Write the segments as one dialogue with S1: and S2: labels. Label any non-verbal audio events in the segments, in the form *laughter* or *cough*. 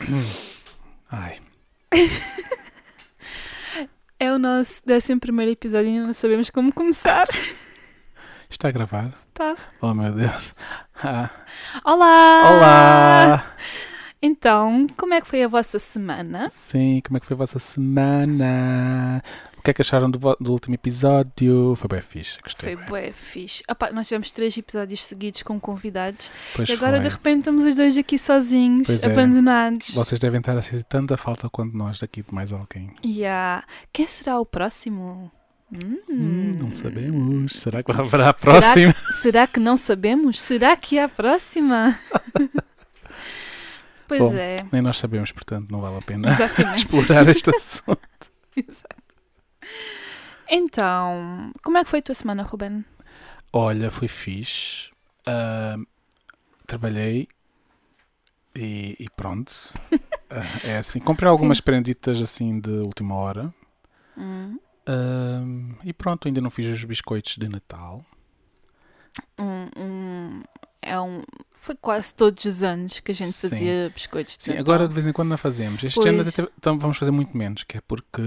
S1: *coughs* Ai.
S2: É o nosso 11 primeiro episódio e ainda não sabemos como começar. *laughs*
S1: Está a gravar?
S2: Tá.
S1: Oh meu Deus. Ah.
S2: Olá!
S1: Olá!
S2: Então, como é que foi a vossa semana?
S1: Sim, como é que foi a vossa semana? O que é que acharam do, vo- do último episódio? Foi bem fixe, gostei.
S2: Foi
S1: bué.
S2: bué fixe. Opá, nós tivemos três episódios seguidos com convidados
S1: Pois
S2: e agora
S1: foi.
S2: de repente estamos os dois aqui sozinhos,
S1: Pois é.
S2: abandonados.
S1: Vocês devem estar a sentir tanta falta quanto nós daqui de mais alguém.
S2: Yeah. Quem será o próximo? Hum.
S1: Hum, não sabemos. Será que haverá a próxima?
S2: Será que não sabemos? Será que é
S1: *laughs*
S2: a próxima? pois
S1: Bom. *laughs*
S2: é,
S1: Nem nós sabemos, portanto, não vale a pena
S2: exatamente.
S1: *laughs* explorar este assunto.
S2: Então, como é que foi a tua semana, Ruben?
S1: Olha, foi fixe. Ah, trabalhei e, e
S2: *laughs*
S1: pronto. Ah, é assim. Comprei algumas prenditas assim de última hora.
S2: Hum,
S1: Ah, e pronto, ainda não fiz os biscoitos de Natal.
S2: um- um- é um, foi quase todos os anos que a gente
S1: Sim.
S2: fazia biscoitos de
S1: Sim,
S2: Natal.
S1: agora de vez em quando não fazemos. Este ano
S2: então. Pois.
S1: até então vamos fazer muito menos, que é porque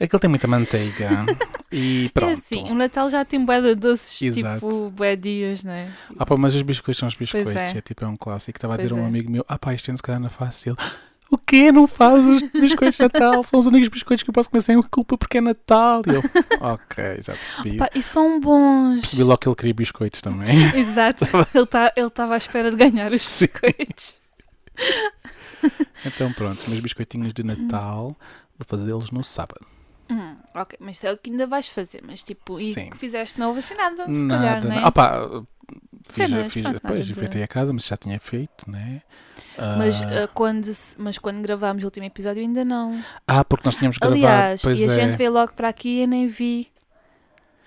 S1: aquilo tem muita manteiga.
S2: *laughs*
S1: e pronto.
S2: É assim, o Natal já tem bué de doces,
S1: Exato.
S2: tipo bué dias, né?
S1: Ah, pá, mas os biscoitos são os biscoitos.
S2: é.
S1: É. tipo, é um clássico. Estava a
S2: Pois
S1: dizer a um
S2: é.
S1: amigo meu: Ah, pá, este ano se calhar não faço. E Ele, *laughs* o quê? Não faz os biscoitos de Natal? São os únicos biscoitos que eu posso comer sem culpa porque é Natal. E eu, *laughs* ok, já percebi.
S2: Pá, e são bons.
S1: Percebi logo que ele queria biscoitos também.
S2: *laughs*
S1: *laughs*
S2: Exato, ele tá- ele estava à espera de ganhar os
S1: Sim.
S2: biscoitos. *laughs*
S1: Então, pronto, meus biscoitinhos de Natal, vou fazê-los no sábado.
S2: Hum, ok, mas é o que ainda vais fazer, mas tipo, e
S1: Sim.
S2: que fizeste não houve assim nada, se
S1: nada,
S2: calhar, né?
S1: não- Ah, pá, fiz,
S2: Cenas,
S1: fiz,
S2: pronto, nada
S1: depois
S2: de-
S1: enfeitei a casa, mas já tinha feito, né? Ah,
S2: Mas, ah, quando, se- mas quando gravámos o último episódio ainda não.
S1: ah, porque nós tínhamos gravado.
S2: Aliás,
S1: pois
S2: e a
S1: é.
S2: gente veio logo para aqui e eu nem vi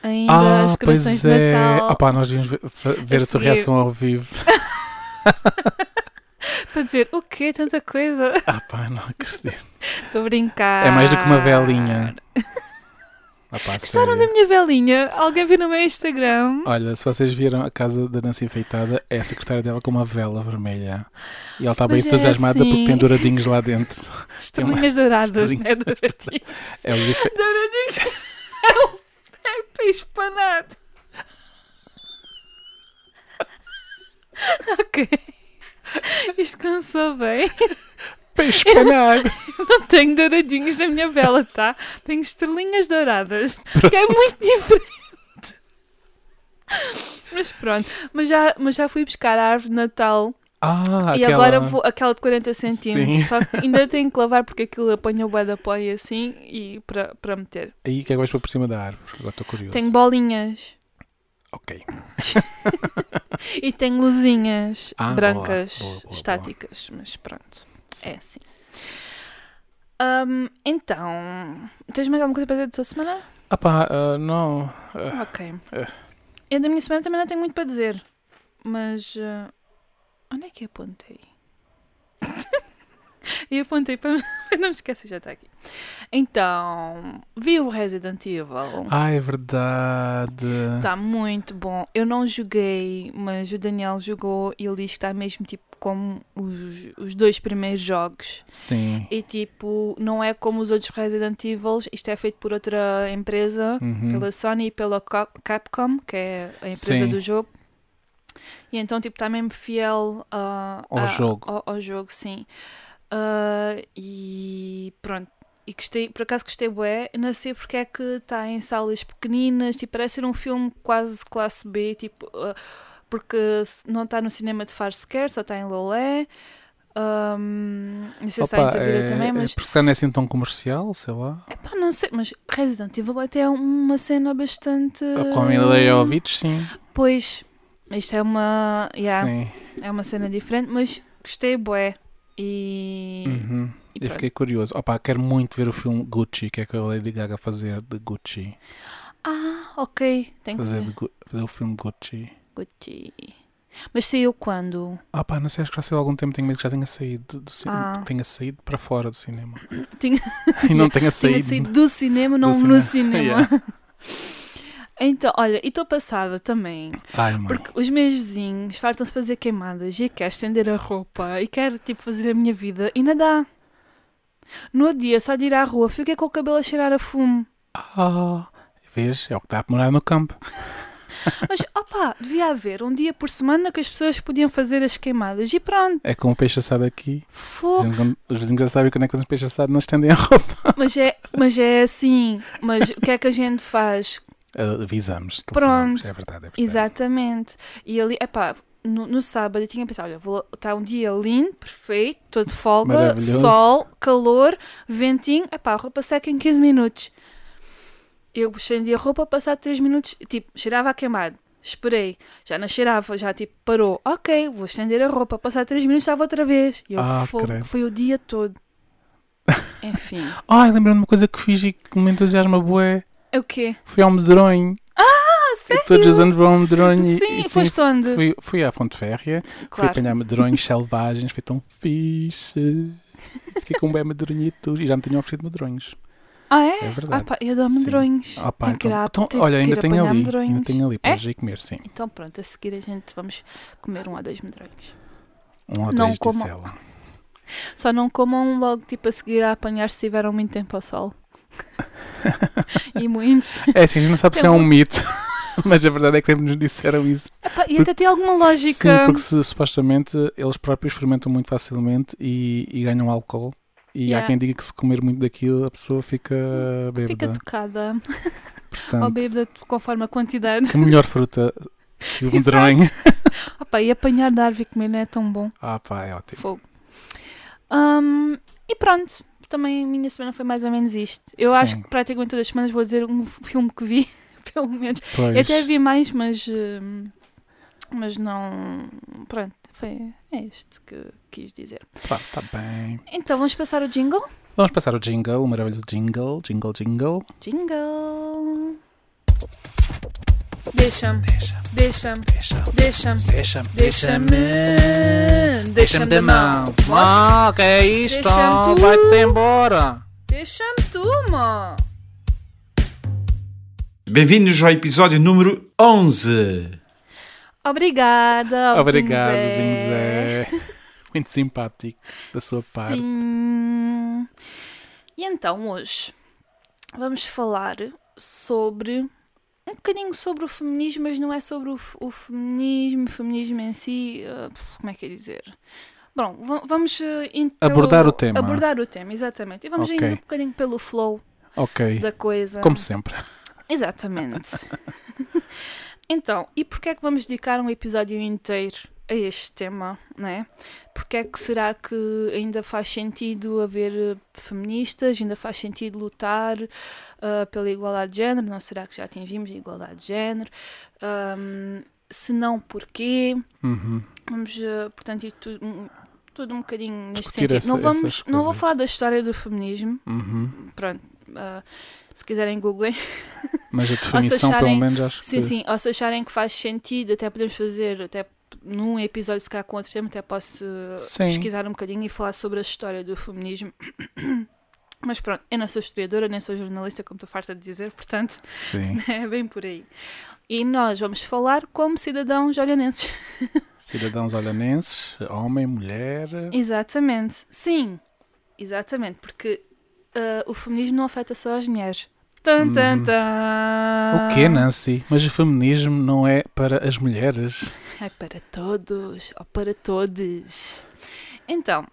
S2: ainda
S1: Ah,
S2: as
S1: pois
S2: corações de
S1: é.
S2: Natal
S1: Opá, nós devíamos ver, fa- ver a tua
S2: seguir.
S1: reação ao vivo.
S2: *laughs* para dizer o quê? Tanta coisa. *laughs*
S1: Ah, pá, não acredito.
S2: Estou a brincar.
S1: É mais do que uma
S2: *laughs*
S1: velinha. Ah, pá,
S2: Gostaram da
S1: sério. Ah,
S2: minha velinha? Alguém viu no meu Instagram?
S1: Olha, se vocês viram a casa da Nancy enfeitada, é a secretária dela com uma vela vermelha. E ela está bem
S2: Mas é
S1: entusiasmada porque tem
S2: assim.
S1: douradinhos lá dentro.
S2: *laughs*
S1: tem uma-
S2: Estrelinhas douradas,
S1: estrelinha-
S2: né?
S1: *laughs*
S2: Douradinhos.
S1: É os efe-
S2: Douradinhos. *laughs* É um- É um peixe panado. *laughs* Ok. Isto cansou bem.
S1: Peixe
S2: *laughs*
S1: panado!
S2: Não tenho douradinhos na minha vela, tá? Tenho estrelinhas douradas. Que é muito diferente. Mas pronto. Mas já, mas já fui buscar a árvore de Natal.
S1: Ah,
S2: E
S1: aquela-
S2: agora vou aquela de 40 centímetros.
S1: Sim.
S2: Só que ainda tenho que lavar porque aquilo apanha o bué da pó e assim e para para meter.
S1: Aí o que é que vais pôr por cima da árvore? Agora estou curioso.
S2: Tenho bolinhas.
S1: Ok.
S2: *laughs* E tenho luzinhas
S1: Ah, boa,
S2: brancas
S1: boa, boa, boa.
S2: estáticas, mas pronto, é assim. Ahm, então, tens mais alguma coisa para dizer da tua semana?
S1: Ah, pá, ah, não. Ah,
S2: Ok.
S1: Ah.
S2: Eu da minha semana também não tenho muito para dizer, mas ah, onde é que eu apontei? *laughs* e apontei para *laughs* não me esquecer, já está aqui. Então, vi o Resident Evil.
S1: Ah, é verdade.
S2: Está Tá muito bom. Eu não joguei, mas o Daniel jogou e ele diz que está mesmo tipo como os, os dois primeiros jogos.
S1: Sim.
S2: E tipo, não é como os outros Resident Evil, isto é feito por outra empresa,
S1: Uhum.
S2: pela Sony e pela Cap- Capcom, que é a empresa
S1: Sim.
S2: do jogo. E então tipo, está mesmo fiel ah,
S1: Ao
S2: a-
S1: jogo.
S2: Ao, ao jogo, sim. Ah, e pronto. E gostei, por acaso gostei bué, Eu não sei porque é que está em salas pequeninas, tipo, parece ser um filme quase classe B, tipo, ah, porque não está no cinema de Faro sequer, só está em Lolé. Ah, não sei se está em
S1: Opa,
S2: Itabira
S1: é-
S2: também,
S1: é
S2: mas
S1: porque se calhar não é assim tão comercial, sei lá.
S2: Epá, não sei, mas Resident Evil até é uma cena bastante.
S1: Com a Mila Jovovich, sim.
S2: Pois, isto é uma. yeah,
S1: Sim.
S2: é uma cena diferente, mas gostei, bué. E.
S1: Uhum.
S2: e
S1: Eu
S2: pronto.
S1: fiquei curioso. Opa, quero muito ver o filme Gucci, que é que a Lady Gaga fazer de Gucci.
S2: Ah, ok. Tem que
S1: Fazer,
S2: ver.
S1: de Gu- fazer o filme Gucci.
S2: Gucci. Mas saiu quando?
S1: Ah pá, não sei, acho que já saiu há algum tempo, tenho medo que já tenha saído do cinema.
S2: Ah.
S1: Tenha saído para fora do cinema.
S2: *coughs* Tinha,
S1: e não tenha
S2: *laughs*
S1: *laughs*
S2: tinha
S1: saído. *laughs*
S2: saído do cinema, não
S1: cinema.
S2: no cinema.
S1: Yeah.
S2: Então, olha, e estou passada também.
S1: Ai, mãe.
S2: Porque os meus vizinhos fartam-se de fazer queimadas e eu quero estender a roupa e quero tipo fazer a minha vida e nada. No outro dia, só de ir à rua, fiquei com o cabelo a cheirar a fumo.
S1: Ah, vês? É o que está a morar no campo. *laughs*
S2: Mas opa, devia haver um dia por semana que as pessoas podiam fazer as queimadas e pronto.
S1: É como o peixe assado aqui. A
S2: Fogo.
S1: gente, quando- Os vizinhos já sabem quando é que fazem peixe assado, não estendem a roupa.
S2: Mas é, mas é assim. Mas o que é que a gente faz?
S1: Ah, Avisamos. telefonamos.
S2: Pronto.
S1: É verdade, é verdade.
S2: Exatamente. E ali, epá, no, no sábado eu tinha pensado, olha, vou- tá um dia lindo, perfeito, todo de folga,
S1: Maravilhoso.
S2: sol, calor, ventinho, epá, a roupa seca em 15 minutos. Eu estendi a roupa, passado 3 minutos, tipo, cheirava a queimado. Esperei, já não cheirava, já tipo parou. Ok, vou estender a roupa, passar 3 minutos estava outra vez. E eu,
S1: Ah,
S2: "Fogo",
S1: credo.
S2: foi o
S1: *laughs*
S2: dia todo. Enfim.
S1: Ai, lembrando uma coisa que fiz e que me entusiasma bué.
S2: É O quê?
S1: Fui ao medronho.
S2: Ah, sério?
S1: E todos os anos vou ao medronho. e-
S2: Sim,
S1: e, sim,
S2: foste onde?
S1: fui, fui à Fonte Férrea. Fui
S2: claro.
S1: apanhar medronhos selvagens. Foi tão fixe. Fiquei com um bem medronho e tudo. E já me tinham oferecido medronhos.
S2: Ah, é?
S1: É verdade.
S2: Ah, pá, eu dou
S1: Sim.
S2: medronhos.
S1: Ah, pá,
S2: Tenho que ir à-
S1: então- então,
S2: tenho
S1: olha,
S2: que
S1: ainda
S2: ir
S1: tenho
S2: apanhar
S1: ali.
S2: medronhos.
S1: Ainda tenho ali.
S2: É?
S1: Podes ir comer, sim.
S2: Então pronto, a seguir a gente vamos comer um ou dois medronhos.
S1: Um ou
S2: Não
S1: dois de
S2: como-
S1: cela.
S2: Só não comam logo tipo a seguir a apanhar se tiveram muito tempo ao
S1: *laughs*
S2: sol. e muitos.
S1: É assim, a gente não sabe se é um mito. *laughs* Mas a verdade é que sempre nos disseram isso.
S2: Epá, e até tem alguma
S1: Sim,
S2: lógica.
S1: porque se- supostamente eles próprios fermentam muito facilmente e, e ganham álcool. E há
S2: Yeah.
S1: quem diga que se comer muito daquilo a pessoa fica bêbada.
S2: Fica tocada
S1: Portanto,
S2: ou bêbada conforme a quantidade. *laughs*
S1: que melhor fruta que o
S2: Exato.
S1: medronho.
S2: Ah, pá, e apanhar da árvore e comer não é tão bom.
S1: Ah pá, é ótimo.
S2: Fogo. Hum, e pronto. Também a minha semana foi mais ou menos isto. Eu acho
S1: Sim.
S2: que praticamente todas as semanas vou dizer um filme que vi, *laughs* pelo menos.
S1: Pois,
S2: Eu até vi mais, mas. hum, Mas não. Pronto, foi. É isto que quis dizer.
S1: pá, tá bem.
S2: Então vamos passar o jingle?
S1: Vamos passar o jingle, o maravilhoso jingle, jingle, jingle.
S2: Jingle! Deixa-me, deixa-me, deixa-me,
S1: Deixa-me,
S2: deixa-me,
S1: deixa-me da mão.
S2: Moço,
S1: Ah, que é isto?
S2: Deixa-me tu.
S1: Vai-te embora.
S2: Deixa-me tu, mo!
S3: Bem-vindos ao episódio número 11.
S2: Obrigada, ao
S1: Obrigado,
S2: Zé.
S1: Zinho Zé. Muito simpático da sua parte.
S2: Sim. E então hoje vamos falar sobre um bocadinho sobre o feminismo, mas não é sobre o, f- o feminismo, feminismo em si, eh, pf, como é que é dizer? Bom, va- vamos eh, intro-
S1: Abordar o tema.
S2: Abordar o tema, exatamente. E vamos
S1: Ok.
S2: ainda um bocadinho pelo flow
S1: Ok,
S2: da coisa.
S1: como sempre.
S2: Exatamente. *laughs* então, e porquê é que vamos dedicar um episódio inteiro a este tema, né? Porquê é que será que ainda faz sentido haver eh, feministas, ainda faz sentido lutar ah, pela igualdade de género? Não será que já atingimos a igualdade de género? Ahm, se não, porquê?
S1: Uhum.
S2: Vamos, eh, portanto, ir tudo, um- tudo um bocadinho neste
S1: Discutir
S2: sentido.
S1: essa-
S2: não,
S1: essas
S2: vamos, não vou
S1: coisas.
S2: falar da história do feminismo,
S1: Uhum.
S2: pronto, ah, se quiserem googlem.
S1: Mas a definição, pelo
S2: acharem-
S1: menos, acho
S2: Sim,
S1: que.
S2: sim, ou se acharem que faz sentido, até podemos fazer, até num episódio, se calhar com outro tema, até posso eh,
S1: Sim.
S2: pesquisar um bocadinho e falar sobre a história do feminismo. *coughs* Mas pronto, eu não sou historiadora, nem sou jornalista, como estou farta de dizer, portanto, *laughs*
S1: Sim.
S2: é bem por aí. E nós vamos falar como
S1: *laughs*
S2: cidadãos olhanenses.
S1: Cidadãos olhanenses, homem, mulher.
S2: Exatamente, sim, exatamente, porque eh, o feminismo não afeta só as mulheres. Tan, tan,
S1: Uhum.
S2: tan.
S1: O quê, né? Nancy? Mas o feminismo não é para as mulheres.
S2: É para todos, ou para todos. Então,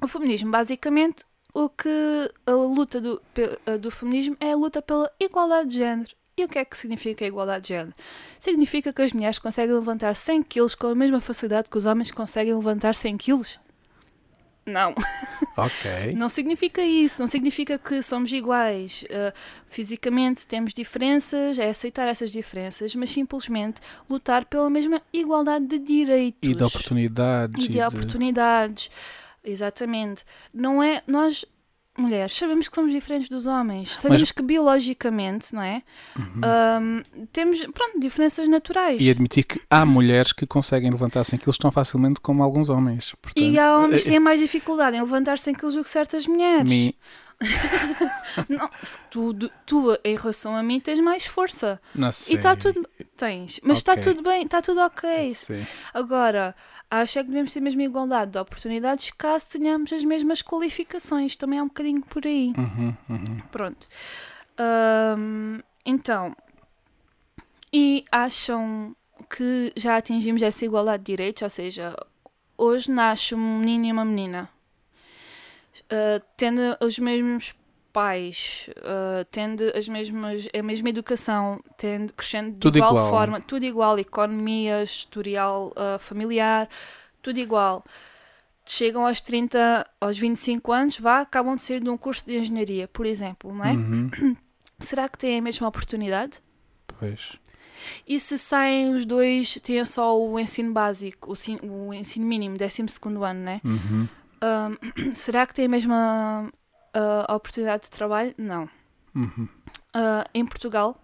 S2: o feminismo, basicamente, o que a luta do, pe- eh, do feminismo é a luta pela igualdade de género. E o que é que significa a igualdade de género? Significa que as mulheres conseguem levantar 100 quilos com a mesma facilidade que os homens conseguem levantar 100 quilos? Não.
S1: Ok.
S2: Não significa isso, não significa que somos iguais. Uh, fisicamente temos diferenças, é aceitar essas diferenças, mas simplesmente lutar pela mesma igualdade de direitos
S1: E de oportunidades.
S2: e de oportunidades. Exatamente. Não é. Nós, mulheres, sabemos que somos diferentes dos homens. Sabemos que biologicamente, não é? Um, temos, pronto, diferenças naturais.
S1: Uhum. E admitir que há mulheres que conseguem levantar 100 quilos tão facilmente como alguns homens. Portanto,
S2: E há homens que
S1: eh,
S2: têm mais dificuldade em levantar 100 quilos do que certas mulheres.
S1: me-
S2: Não, se tu, tu em relação a mim tens mais força.
S1: Não sei.
S2: E está tudo. Tens, mas está
S1: Ok.
S2: tudo bem, está tudo ok.
S1: Sim.
S2: Agora, acho é que devemos ter a mesma igualdade de oportunidades caso tenhamos as mesmas qualificações. Também é um bocadinho por aí.
S1: Uhum, uhum.
S2: Pronto. Ahm, então, e acham que já atingimos essa igualdade de direitos? Ou seja, hoje nasce um menino e uma menina, Ah, tendo os mesmos pais, ah, tendo as mesmas, a mesma educação, tendo, crescendo de
S1: Tudo
S2: igual,
S1: igual.
S2: forma, tudo igual, economia, historial ah, familiar, tudo igual chegam aos 30, aos 25 anos, vá, acabam de sair de um curso de engenharia, por exemplo, não é?
S1: Uhum.
S2: Será que têm a mesma oportunidade?
S1: Pois.
S2: E se saem os dois, têm só o ensino básico, o, sin- o ensino mínimo, 12 ano, não é?
S1: Uhum.
S2: Ahm, *clears throat* será que têm a mesma ah, oportunidade de trabalho? Não.
S1: Uhum.
S2: Ah, em Portugal.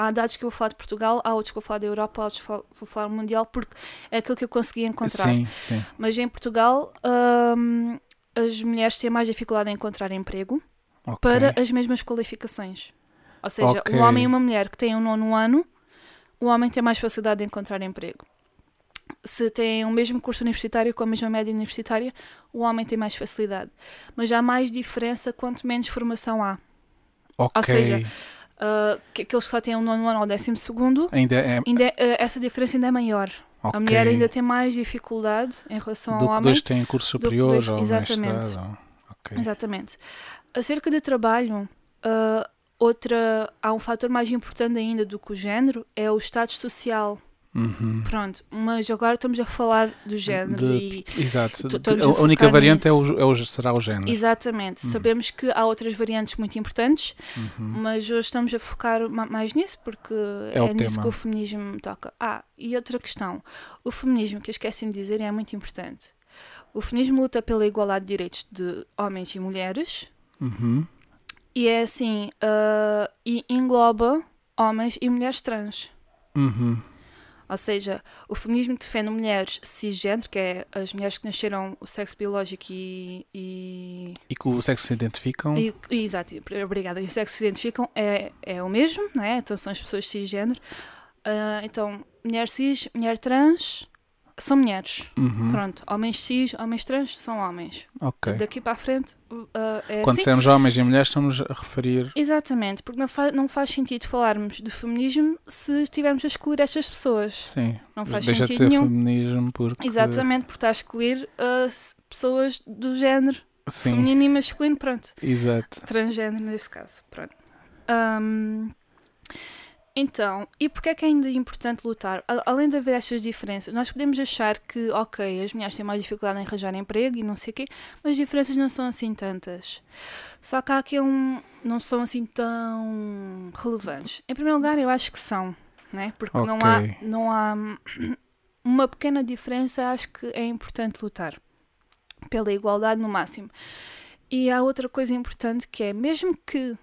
S2: Há dados que eu vou falar de Portugal, há outros que eu vou falar da Europa, há outros que eu vou falar mundial, porque é aquilo que eu consegui encontrar.
S1: Sim, sim.
S2: Mas em Portugal, ahm, as mulheres têm mais dificuldade em encontrar emprego
S1: Ok.
S2: para as mesmas qualificações. Ou seja,
S1: Ok.
S2: um homem e uma mulher que têm o nono ano, o homem tem mais facilidade de encontrar emprego. Se tem o mesmo curso universitário com a mesma média universitária, o homem tem mais facilidade. Mas há mais diferença quanto menos formação há.
S1: Ok.
S2: ou seja, Ah, que aqueles que só têm o nono ano ou o décimo segundo,
S1: ainda é.
S2: ainda é- eh, essa diferença ainda é maior.
S1: ok.
S2: A mulher ainda tem mais dificuldade em relação
S1: Do
S2: ao
S1: que
S2: homem.
S1: dois têm curso
S2: do que
S1: superior
S2: dois-
S1: ou
S2: exatamente.
S1: mestrado. ou- Ok.
S2: Exatamente. Acerca de trabalho, ah, outra, há um fator mais importante ainda do que o género, é o estado social.
S1: Uhum.
S2: Pronto, mas agora estamos a falar do género
S1: De-
S2: e...
S1: Exato.
S2: Tô-
S1: De-
S2: tô-nos
S1: a
S2: a
S1: única
S2: focar
S1: variante é
S2: nisso.
S1: o, é o, será o género.
S2: Exatamente.
S1: Uhum.
S2: Sabemos que há outras variantes muito importantes, mas hoje estamos a focar ma- mais nisso porque
S1: É
S2: é,
S1: o
S2: nisso
S1: tema.
S2: que o feminismo toca. Ah, e outra questão. O feminismo, que eu esqueci de dizer, é muito importante. O feminismo luta pela igualdade de direitos de homens e mulheres,
S1: Uhum.
S2: E é assim, ah, e engloba homens e mulheres trans.
S1: Uhum.
S2: Ou seja, o feminismo defende mulheres cisgênero, que é as mulheres que nasceram o sexo biológico e. e,
S1: E que o sexo se identificam.
S2: e- e- exato, obrigada. E o sexo que se identificam é, é o mesmo, né? Então são as pessoas cisgênero. Ah, então, mulher cis, mulher trans são mulheres.
S1: Uhum.
S2: Pronto, homens cis, homens trans são homens.
S1: Ok.
S2: Daqui para a frente ah, é
S1: Quando
S2: assim.
S1: dissermos homens e mulheres, estamos a referir.
S2: Exatamente, porque não, fa- não faz sentido falarmos de feminismo se estivermos a excluir estas pessoas.
S1: Sim.
S2: Não faz
S1: Deixa de
S2: sentido
S1: ser
S2: nenhum.
S1: feminismo porque.
S2: Exatamente, porque está a excluir ah, s- pessoas do género
S1: Sim.
S2: feminino e masculino, pronto.
S1: Exato.
S2: Transgénero nesse caso, pronto. Ahm, então, e porquê é que ainda é importante lutar? A- além de haver estas diferenças, nós podemos achar que, ok, as mulheres têm mais dificuldade em arranjar emprego e não sei o quê, mas as diferenças não são assim tantas. Só que há aqui um. não são assim tão relevantes. Em primeiro lugar, eu acho que são, né? Porque não há.
S1: Ok.
S2: Não há *clears throat* uma pequena diferença, acho que é importante lutar pela igualdade no máximo. E há outra coisa importante que é, mesmo que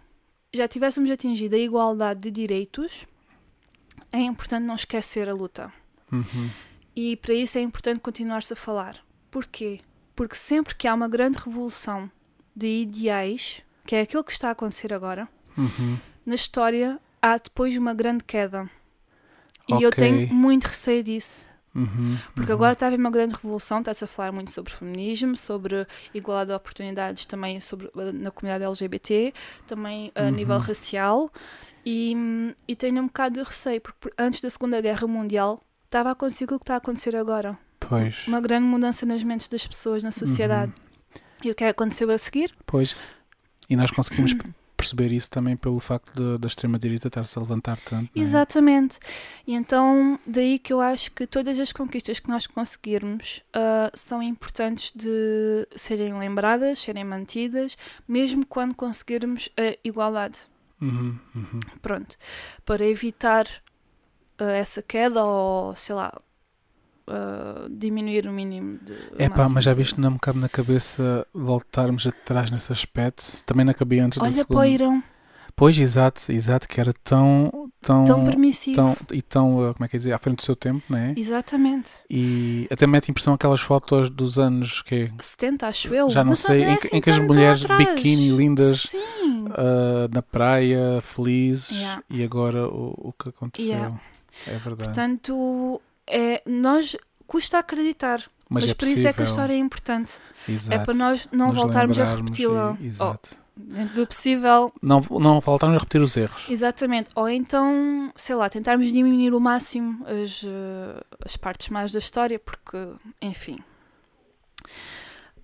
S2: já tivéssemos atingido a igualdade de direitos, é importante não esquecer a luta.
S1: Uhum.
S2: E para isso é importante continuar-se a falar. Porquê? Porque sempre que há uma grande revolução de ideais, que é aquilo que está a acontecer agora,
S1: Uhum.
S2: na história há depois uma grande queda. E eu
S1: Ok.
S2: tenho muito receio disso.
S1: Uhum.
S2: Porque agora está a haver uma grande revolução, está-se a falar muito sobre feminismo, sobre igualdade de oportunidades também sobre, eh, na comunidade LGBT, também a nível racial, e, hum, e tenho um bocado de receio, porque por- antes da Segunda Guerra Mundial estava a acontecer aquilo que está a acontecer agora.
S1: Pois.
S2: Uma grande mudança nas mentes das pessoas, na sociedade. E o que é que aconteceu a seguir?
S1: Pois. E nós
S2: *clears throat*
S1: conseguimos perceber isso também pelo facto de- da extrema-direita estar-se a levantar tanto. não é?
S2: Exatamente. E então, daí que eu acho que todas as conquistas que nós conseguirmos ah, são importantes de serem lembradas, serem mantidas, mesmo quando conseguirmos a igualdade.
S1: Uhum. Uhum.
S2: Pronto. Para evitar ah, essa queda ou, sei lá, ah, diminuir o mínimo de. o
S1: É pá,
S2: máximo
S1: mas já
S2: de-
S1: viste, não me cabe na cabeça voltarmos atrás nesse aspecto. Também não cabia antes da
S2: Olha,
S1: segunda.
S2: Poirão.
S1: Pois, exato, exato, que era tão, tão,
S2: Tão permissivo.
S1: tão- e tão, eh, como é que é dizer, à frente do seu tempo, não é?
S2: Exatamente.
S1: E até mete impressão aquelas fotos dos anos que é,
S2: 70, acho eu.
S1: já não
S2: Mas
S1: sei, em,
S2: é
S1: que-
S2: assim
S1: em que as
S2: tão- tão
S1: mulheres
S2: atrás.
S1: biquíni lindas
S2: Sim.
S1: ah, na praia, felizes,
S2: Yeah.
S1: e agora o, o que aconteceu.
S2: Yeah.
S1: É verdade.
S2: Portanto, é, nós custa acreditar,
S1: mas
S2: mas,
S1: é
S2: por isso é que
S1: possível.
S2: a história é importante.
S1: Exato.
S2: É para nós não
S1: Nos
S2: voltarmos a
S1: lembrarmos e-
S2: repeti-la. Oh. Ou,
S1: Exato.
S2: dentro do possível,
S1: Não, não voltarmos a repetir os erros.
S2: exatamente. Ou então, sei lá, tentarmos diminuir o máximo as, eh, as partes mais da história, porque, enfim.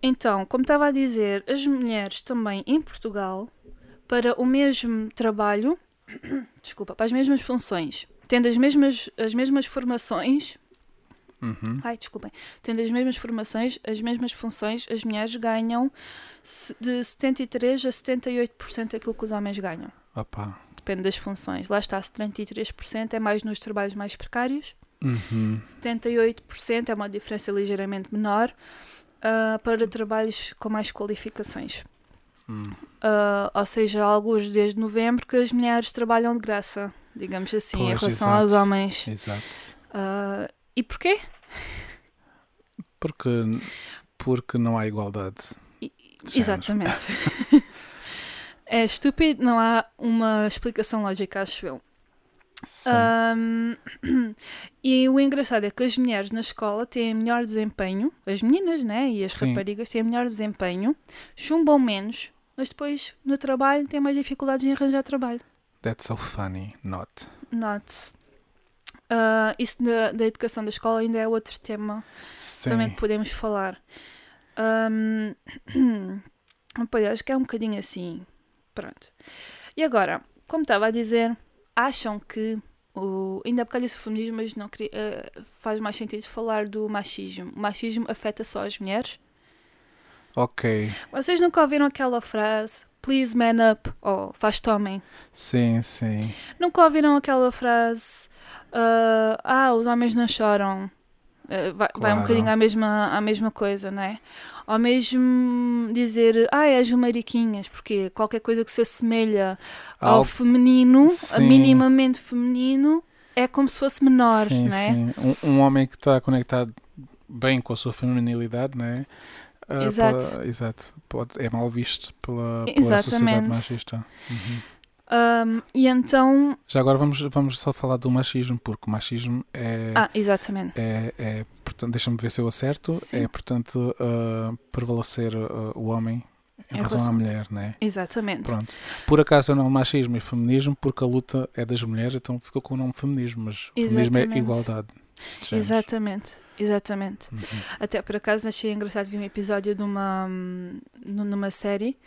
S2: Então, como estava a dizer, as mulheres também em Portugal, para o mesmo trabalho, *coughs* desculpa, para as mesmas funções, tendo as mesmas, as mesmas formações,
S1: Uhum.
S2: Ai, desculpem. Tendo as mesmas formações, as mesmas funções, as mulheres ganham se- de 73% a 78% daquilo que os homens ganham.
S1: Opa.
S2: Depende das funções. Lá está, 73% é mais nos trabalhos mais precários,
S1: Uhum.
S2: 78% é uma diferença ligeiramente menor ah, para trabalhos com mais qualificações.
S1: Hum.
S2: Ah, ou seja, alguns desde novembro que as mulheres trabalham de graça, digamos assim, em
S1: Pois,
S2: relação
S1: exato.
S2: aos homens.
S1: Exato.
S2: Ah, e porquê?
S1: Porque, porque não há igualdade.
S2: I-
S1: De
S2: Exatamente.
S1: *laughs*
S2: é estúpido, não há uma explicação lógica, acho eu.
S1: Sim.
S2: Ah, Ahm, *clears throat* e o engraçado é que as mulheres na escola têm melhor desempenho, as meninas, né? E as
S1: Sim.
S2: raparigas têm melhor desempenho, chumbam menos, mas depois no trabalho têm mais dificuldades em arranjar trabalho.
S1: That's so funny. Not.
S2: Note. Ah, isso da, da educação da escola ainda é outro tema
S1: Sim.
S2: também que podemos falar. Ahm, *clears throat* pois acho que é um bocadinho assim. Pronto. E agora, como estava a dizer, acham que o. Ainda há bocado disse o feminismo, mas não queria, eh, faz mais sentido falar do machismo. O machismo afeta só as mulheres?
S1: Ok.
S2: Vocês nunca ouviram aquela frase please man up ou faz-te homem?
S1: Sim, sim.
S2: Nunca ouviram aquela frase ah, ah, os homens não choram? Ah, vai, vai um
S1: Claro.
S2: bocadinho à mesma, à mesma coisa, não é? Ou mesmo dizer ah, és um mariquinhas, porque qualquer coisa que se assemelha ao,
S1: Algo-
S2: feminino, a
S1: Sim.
S2: minimamente feminino, é como se fosse menor,
S1: sim,
S2: não é?
S1: sim. Um, um homem que está conectado bem com a sua feminilidade, não é? Ah,
S2: Exato.
S1: pela- exato. Pode- é mal visto pela, pela sociedade
S2: Exatamente.
S1: machista. Uhum.
S2: Ahm, e então.
S1: Já agora vamos, vamos só falar do machismo, porque o machismo é.
S2: Ah, exatamente.
S1: é, é, portanto, deixa-me ver se eu acerto.
S2: Sim.
S1: É, portanto, ah, prevalecer ah, o homem em,
S2: Em
S1: relação, à
S2: relação-
S1: mulher, não é?
S2: Exatamente.
S1: Pronto. Por acaso eu não machismo e feminismo, porque a luta é das mulheres, então ficou com o nome feminismo, mas feminismo é
S2: Exatamente.
S1: igualdade. de géneros.
S2: Exatamente. Exatamente.
S1: Uhum.
S2: Até por acaso achei engraçado vi um episódio de uma hum, nu- numa série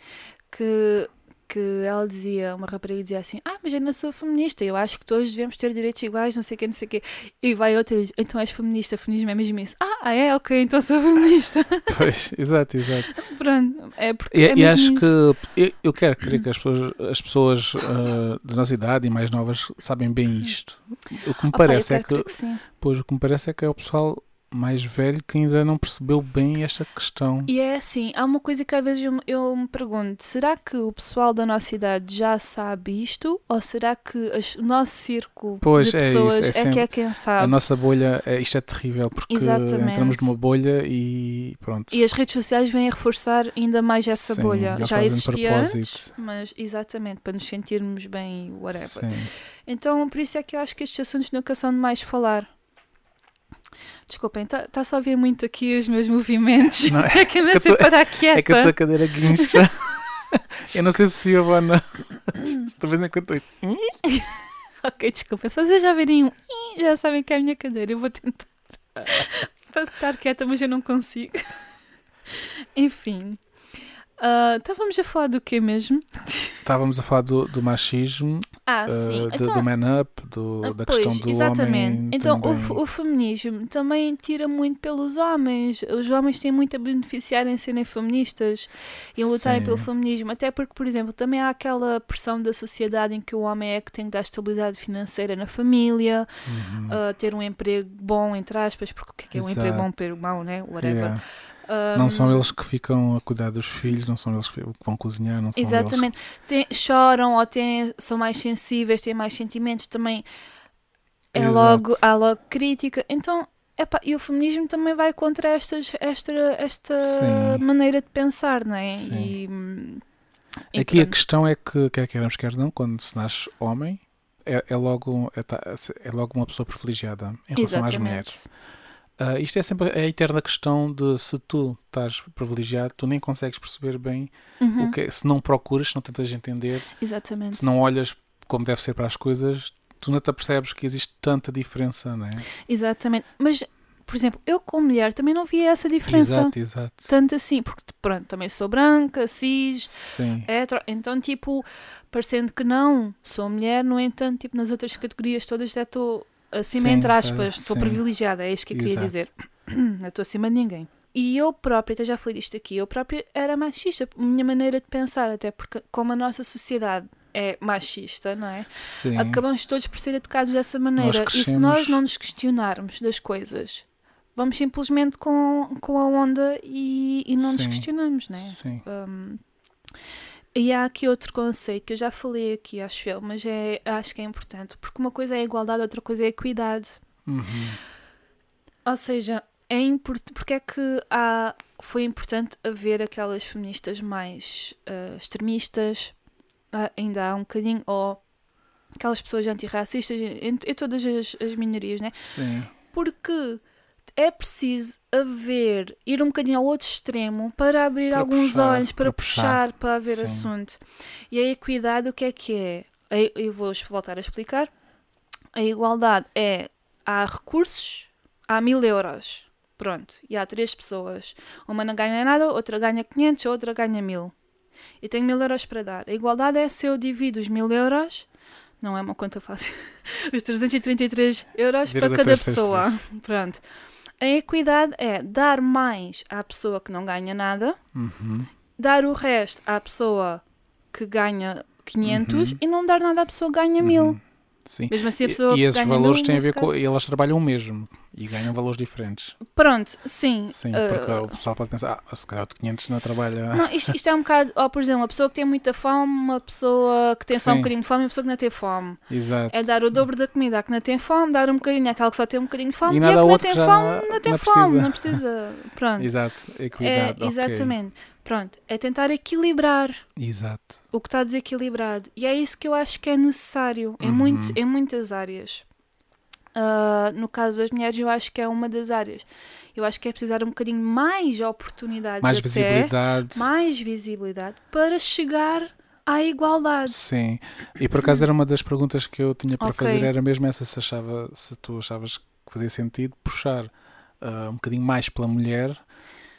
S2: que que ela dizia, uma rapariga dizia assim: Ah, mas eu não sou feminista, eu acho que todos devemos ter direitos iguais, não sei o quê, não sei o quê. E vai outra e diz: Então és feminista, feminismo é mesmo isso. Ah, ah, é? Ok, então sou feminista. *laughs*
S1: Pois, *laughs* exato, exato.
S2: Pronto, é porque.
S1: E,
S2: é
S1: e
S2: mesmo
S1: acho
S2: isso.
S1: que eu, eu quero crer que as pessoas, as pessoas ah, da nossa idade e mais novas sabem bem isto. O que me
S2: Uhum. Opa, eu
S1: parece é
S2: quero
S1: que,
S2: crer sim.
S1: pois, o que me parece é que é o pessoal mais velho que ainda não percebeu bem esta questão.
S2: E é assim, há uma coisa que às vezes eu, me- eu me pergunto: será que o pessoal da nossa idade já sabe isto? Ou será que as- o nosso círculo
S1: Pois,
S2: de
S1: é isso,
S2: pessoas
S1: é
S2: é, que
S1: sempre-
S2: é quem
S1: A
S2: sabe?
S1: nossa bolha, é, isto é terrível porque
S2: Exatamente.
S1: entramos numa bolha e pronto.
S2: E as redes sociais vêm a reforçar ainda mais essa
S1: Sim,
S2: bolha.
S1: eles
S2: Já
S1: fazem de
S2: existia
S1: propósito.
S2: antes, mas exatamente, para nos sentirmos bem e whatever.
S1: Sim.
S2: Então, por isso é que eu acho que estes assuntos nunca são de mais falar. Desculpem, está só a ouvir muito aqui os meus movimentos.
S1: Não,
S2: *laughs* é que eu
S1: que
S2: não
S1: eu
S2: sei
S1: tô-
S2: parar
S1: É que a
S2: quieta.
S1: tua cadeira guincha.
S2: *laughs*
S1: eu não sei se eu vou não. *coughs* Talvez enquanto isso.
S2: Ok, desculpem. Se vocês já verem um, "Ih", já sabem que é a minha cadeira. Eu vou tentar *laughs* para estar quieta, mas eu não consigo. *laughs* Enfim. Ah, estávamos a falar do quê mesmo?
S1: Estávamos a falar do, do machismo,
S2: Ah,
S1: eh,
S2: sim.
S1: do,
S2: então,
S1: do man up, do-
S2: Ah,
S1: da
S2: pois,
S1: questão do
S2: exatamente.
S1: homem.
S2: Então, o,
S1: também.
S2: f- o feminismo também tira muito pelos homens. Os homens têm muito a beneficiar em serem feministas e em lutarem
S1: Sim.
S2: pelo feminismo. Até porque, por exemplo, também há aquela pressão da sociedade em que o homem é que tem que dar estabilidade financeira na família,
S1: Uhum.
S2: ah, ter um emprego bom, entre aspas, porque o que é, que é um emprego
S1: Exato.
S2: bom, um emprego mau, né? Whatever.
S1: Yeah. Não são eles que ficam a cuidar dos filhos, não são eles que que vão cozinhar, não são eles.
S2: Exatamente. Tem- choram ou têm, são mais sensíveis, têm mais sentimentos também. É
S1: Exato.
S2: logo, há logo crítica. Então, epá, e o feminismo também vai contra estas, esta, esta
S1: Sim.
S2: maneira de pensar, não é?
S1: Sim.
S2: E, hum, e
S1: Aqui a
S2: pronto.
S1: questão é que, quer queiramos, quer não, quando se nasce homem, é, é logo, é, ta- é logo uma pessoa privilegiada em relação às mulheres. Ah, isto é sempre a eterna questão de se tu estás privilegiado, tu nem consegues perceber bem
S2: Uhum,
S1: o que é, se não procuras, se não tentas entender,
S2: Exatamente.
S1: se não olhas como deve ser para as coisas, tu não te percebes que existe tanta diferença, não é?
S2: Exatamente. Mas, por exemplo, eu como mulher também não via essa diferença.
S1: Exato, exato.
S2: Tanto assim, porque pronto, também sou branca, cis,
S1: Sim.
S2: hetero. Então, tipo, parecendo que não, sou mulher, no entanto, tipo, nas outras categorias todas já estou acima,
S1: Sim,
S2: entre
S1: tá,
S2: aspas, estou
S1: sim.
S2: privilegiada, é isto que eu queria
S1: Exato.
S2: dizer. *clears throat* Não estou acima de ninguém. E eu própria, até já falei disto aqui, eu própria era machista, a minha maneira de pensar, até porque como a nossa sociedade é machista, não é?
S1: Sim.
S2: Acabamos todos por ser educados dessa maneira. E se
S1: crescemos-
S2: nós não nos questionarmos das coisas, vamos simplesmente com, com a onda e, e não nos
S1: Sim.
S2: questionamos, não é?
S1: Sim.
S2: Hum, e há aqui outro conceito que eu já falei aqui, acho eu, mas é, acho que é importante, porque uma coisa é a igualdade, outra coisa é a equidade.
S1: Uhum.
S2: Ou seja, é importante. Porque é que há, foi importante haver aquelas feministas mais ah, extremistas, ah, ainda há um bocadinho, ou aquelas pessoas antirracistas, em, em todas as, as minorias, né?
S1: Sim.
S2: Porque é preciso haver, ir um bocadinho ao outro extremo para abrir
S1: Para
S2: alguns
S1: puxar,
S2: olhos, para
S1: para
S2: puxar,
S1: puxar.
S2: para haver
S1: Sim.
S2: assunto. E a equidade, o que é que é? Eu- Eu vou voltar a explicar. A igualdade é, há recursos, há mil euros, pronto, e há três pessoas. Uma não ganha nada, outra ganha 500, a outra ganha mil. E tenho mil euros para dar. A igualdade é se eu divido os mil euros, não é uma conta fácil, *laughs* os 333 euros para
S1: Vírgula
S2: cada
S1: 333.
S2: pessoa. *laughs* Pronto. A equidade é dar mais à pessoa que não ganha nada,
S1: Uhum.
S2: dar o resto à pessoa que ganha 500 e não dar nada à pessoa que ganha 1000.
S1: uhum. Sim.
S2: Mesmo assim, a
S1: Uhum. E,
S2: pessoa
S1: e
S2: que
S1: esses
S2: ganha
S1: valores
S2: mil,
S1: têm a
S2: nesse
S1: ver com.
S2: caso-
S1: Elas trabalham o mesmo e ganham valores diferentes.
S2: Pronto, sim.
S1: Sim,
S2: eh,
S1: porque o pessoal pode pensar, ah, se calhar o de 500 não trabalha.
S2: Não, isto, isto é um bocado, ó, por exemplo, uma pessoa que tem muita fome, uma pessoa que tem só um
S1: Sim.
S2: bocadinho de fome e uma pessoa que não tem fome.
S1: Exato.
S2: É dar o dobro da comida à que não tem fome, dar um bocadinho àquela que só tem um bocadinho de fome
S1: E
S2: e, a
S1: nada
S2: que
S1: ao
S2: não
S1: outro
S2: tem
S1: que já
S2: fome, não tem
S1: não
S2: fome,
S1: precisa.
S2: não precisa. Pronto.
S1: Exato.
S2: É,
S1: Equidade. ok.
S2: exatamente. Pronto, é tentar equilibrar
S1: Exato.
S2: o que está desequilibrado. E é isso que eu acho que é necessário em,
S1: Uhum.
S2: muito, em muitas áreas. Ah, no caso das mulheres, eu acho que é uma das áreas. Eu acho que é precisar um bocadinho mais oportunidades
S1: Mais
S2: até,
S1: visibilidade.
S2: mais visibilidade para chegar à igualdade.
S1: Sim. E por acaso era uma das perguntas que eu tinha para
S2: Ok.
S1: fazer, era mesmo essa se achava, se tu achavas que fazia sentido puxar ah, um bocadinho mais pela mulher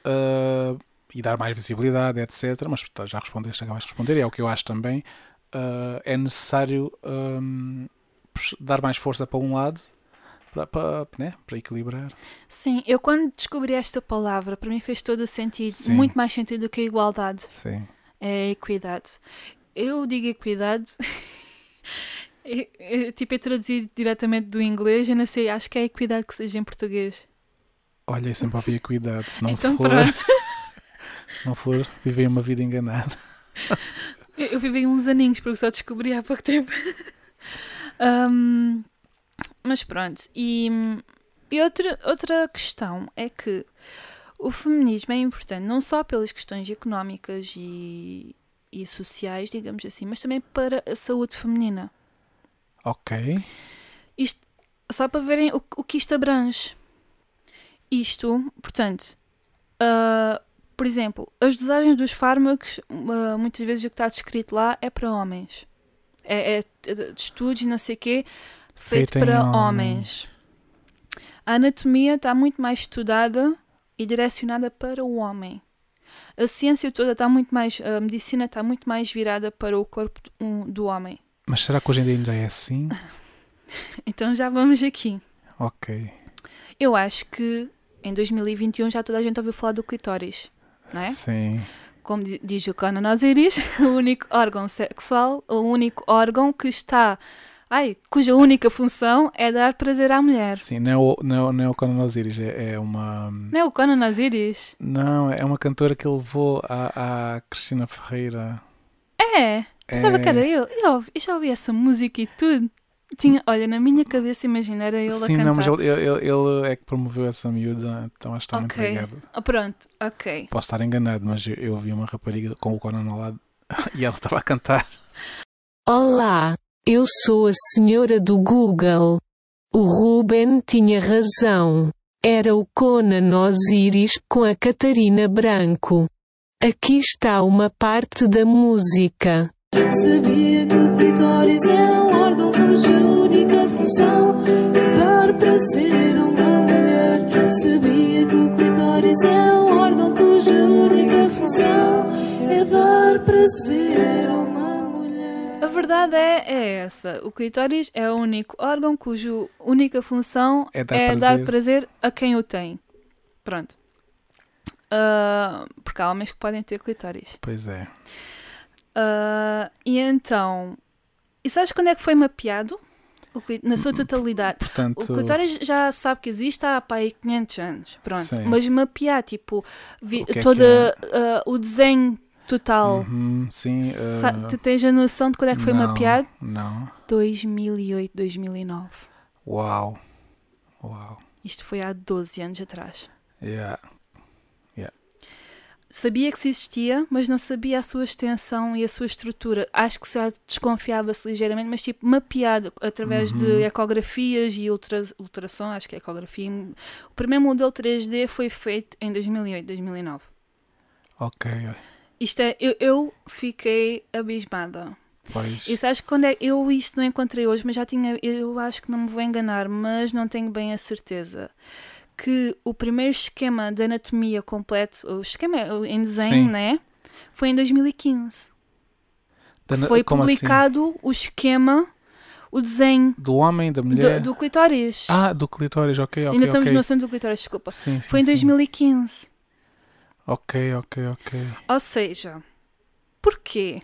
S1: ah, e dar mais visibilidade, etc. Mas tu já respondeste, acabas de responder, e é o que eu acho também. Ah, é necessário ahm, pux- dar mais força para um lado para, para, né, para equilibrar.
S2: Sim, eu quando descobri esta palavra, para mim fez todo o sentido,
S1: Sim.
S2: muito mais sentido do que a igualdade.
S1: Sim.
S2: É equidade. Eu digo equidade. *laughs* é- é, tipo, é traduzido diretamente do inglês, eu não sei, acho que é equidade que seja em português.
S1: Olha, eu sempre havia cuidado, se não,
S2: então
S1: for,
S2: pronto,
S1: se não for, viver uma vida enganada.
S2: eu, eu vivi uns aninhos porque só descobri há pouco tempo. *laughs* Ahm, mas pronto, e, e outra, outra questão é que o feminismo é importante não só pelas questões económicas e, e sociais, digamos assim, mas também para a saúde feminina.
S1: Ok.
S2: Isto, só para verem o, o que isto abrange. Isto, portanto, ah, por exemplo, as dosagens dos fármacos, ah, muitas vezes o que está descrito lá é para homens. É, é de estudos e não sei o quê, feito
S1: Feito em
S2: para homens.
S1: homens.
S2: A anatomia está muito mais estudada e direcionada para o homem. A ciência toda está muito mais, a medicina está muito mais virada para o corpo do- um- do homem. *laughs*
S1: Mas será que hoje em dia ainda é assim?
S2: Então já vamos aqui.
S1: Ok.
S2: Eu acho que em 2021 já toda a gente ouviu falar do clitóris, não é?
S1: Sim.
S2: Como di- *laughs* diz o Conan Osiris, o único órgão sexual, o único órgão que está Ai, cuja única função é dar prazer à mulher.
S1: Sim, não é o, não é o- não é o Conan Osiris, é, é uma.
S2: Não é o Conan Osiris?
S1: Não, é uma cantora que ele levou à, à Cristina Ferreira.
S2: É, pensava
S1: É.
S2: que era ele. Eu, ouvi- eu já ouvi essa música e tudo. Tinha, olha, na minha cabeça imagina era ele a
S1: Sim,
S2: cantar.
S1: não, mas ele, ele- ele é que promoveu essa miúda, então acho que está muito
S2: Ok.
S1: ligado.
S2: Ah, pronto, ok.
S1: Posso estar enganado, mas eu, eu vi uma rapariga com o Conan ao lado *laughs* e ela estava a cantar.
S4: Olá, eu sou a senhora do Google. O Ruben tinha razão. Era o Conan Osiris com a Catarina Branco. Aqui está uma parte da música.
S5: Sabia que o clitóris é um órgão cuja única função é dar prazer a uma mulher. Sabia que o clitóris é um órgão cuja única função é dar prazer a uma mulher.
S2: A verdade é, é essa. O clitóris é o único órgão cuja única função
S1: É dar
S2: dar
S1: prazer.
S2: prazer a quem o tem. Pronto. Ah, porque há homens que podem ter clitóris.
S1: Pois é.
S2: Ah, e então. E sabes quando é que foi mapeado? O cli- na sua totalidade.
S1: Portanto,
S2: O clitóris já sabe que existe há pá, aí 500 anos, pronto.
S1: Sim.
S2: Mas mapear, tipo, vi,
S1: O que é que
S2: todo
S1: é?
S2: o desenho total,
S1: uhum, sim.
S2: é sa-
S1: eh,
S2: tu tens a noção de quando é que foi
S1: não,
S2: mapeado?
S1: Não.
S2: 2008, 2009.
S1: Uau. Uau.
S2: Isto foi há 12 anos atrás.
S1: Yeah.
S2: Sabia que se existia, mas não sabia a sua extensão e a sua estrutura. Acho que já desconfiava-se ligeiramente, mas tipo, mapeado através de ecografias e ultra, ultrassom, acho que é ecografia. O primeiro modelo 3D foi feito em 2008, 2009.
S1: Ok.
S2: Isto é, eu, eu fiquei abismada.
S1: Pois.
S2: E sabes quando é. Eu isto não encontrei hoje, mas já tinha. Eu acho que não me vou enganar, mas não tenho bem a certeza. Que o primeiro esquema de anatomia completo, o esquema em desenho,
S1: Sim.
S2: né? Foi em 2015.
S1: Da-
S2: Foi
S1: como assim?
S2: publicado o esquema, o desenho
S1: Do homem, da
S2: do-
S1: mulher?
S2: do clitóris.
S1: Ah, do clitóris, ok, ok.
S2: Ainda estamos
S1: ok.
S2: no assunto do clitóris, desculpa.
S1: Sim, sim,
S2: Foi em
S1: sim.
S2: 2015.
S1: Ok, ok, ok.
S2: Ou seja, porquê?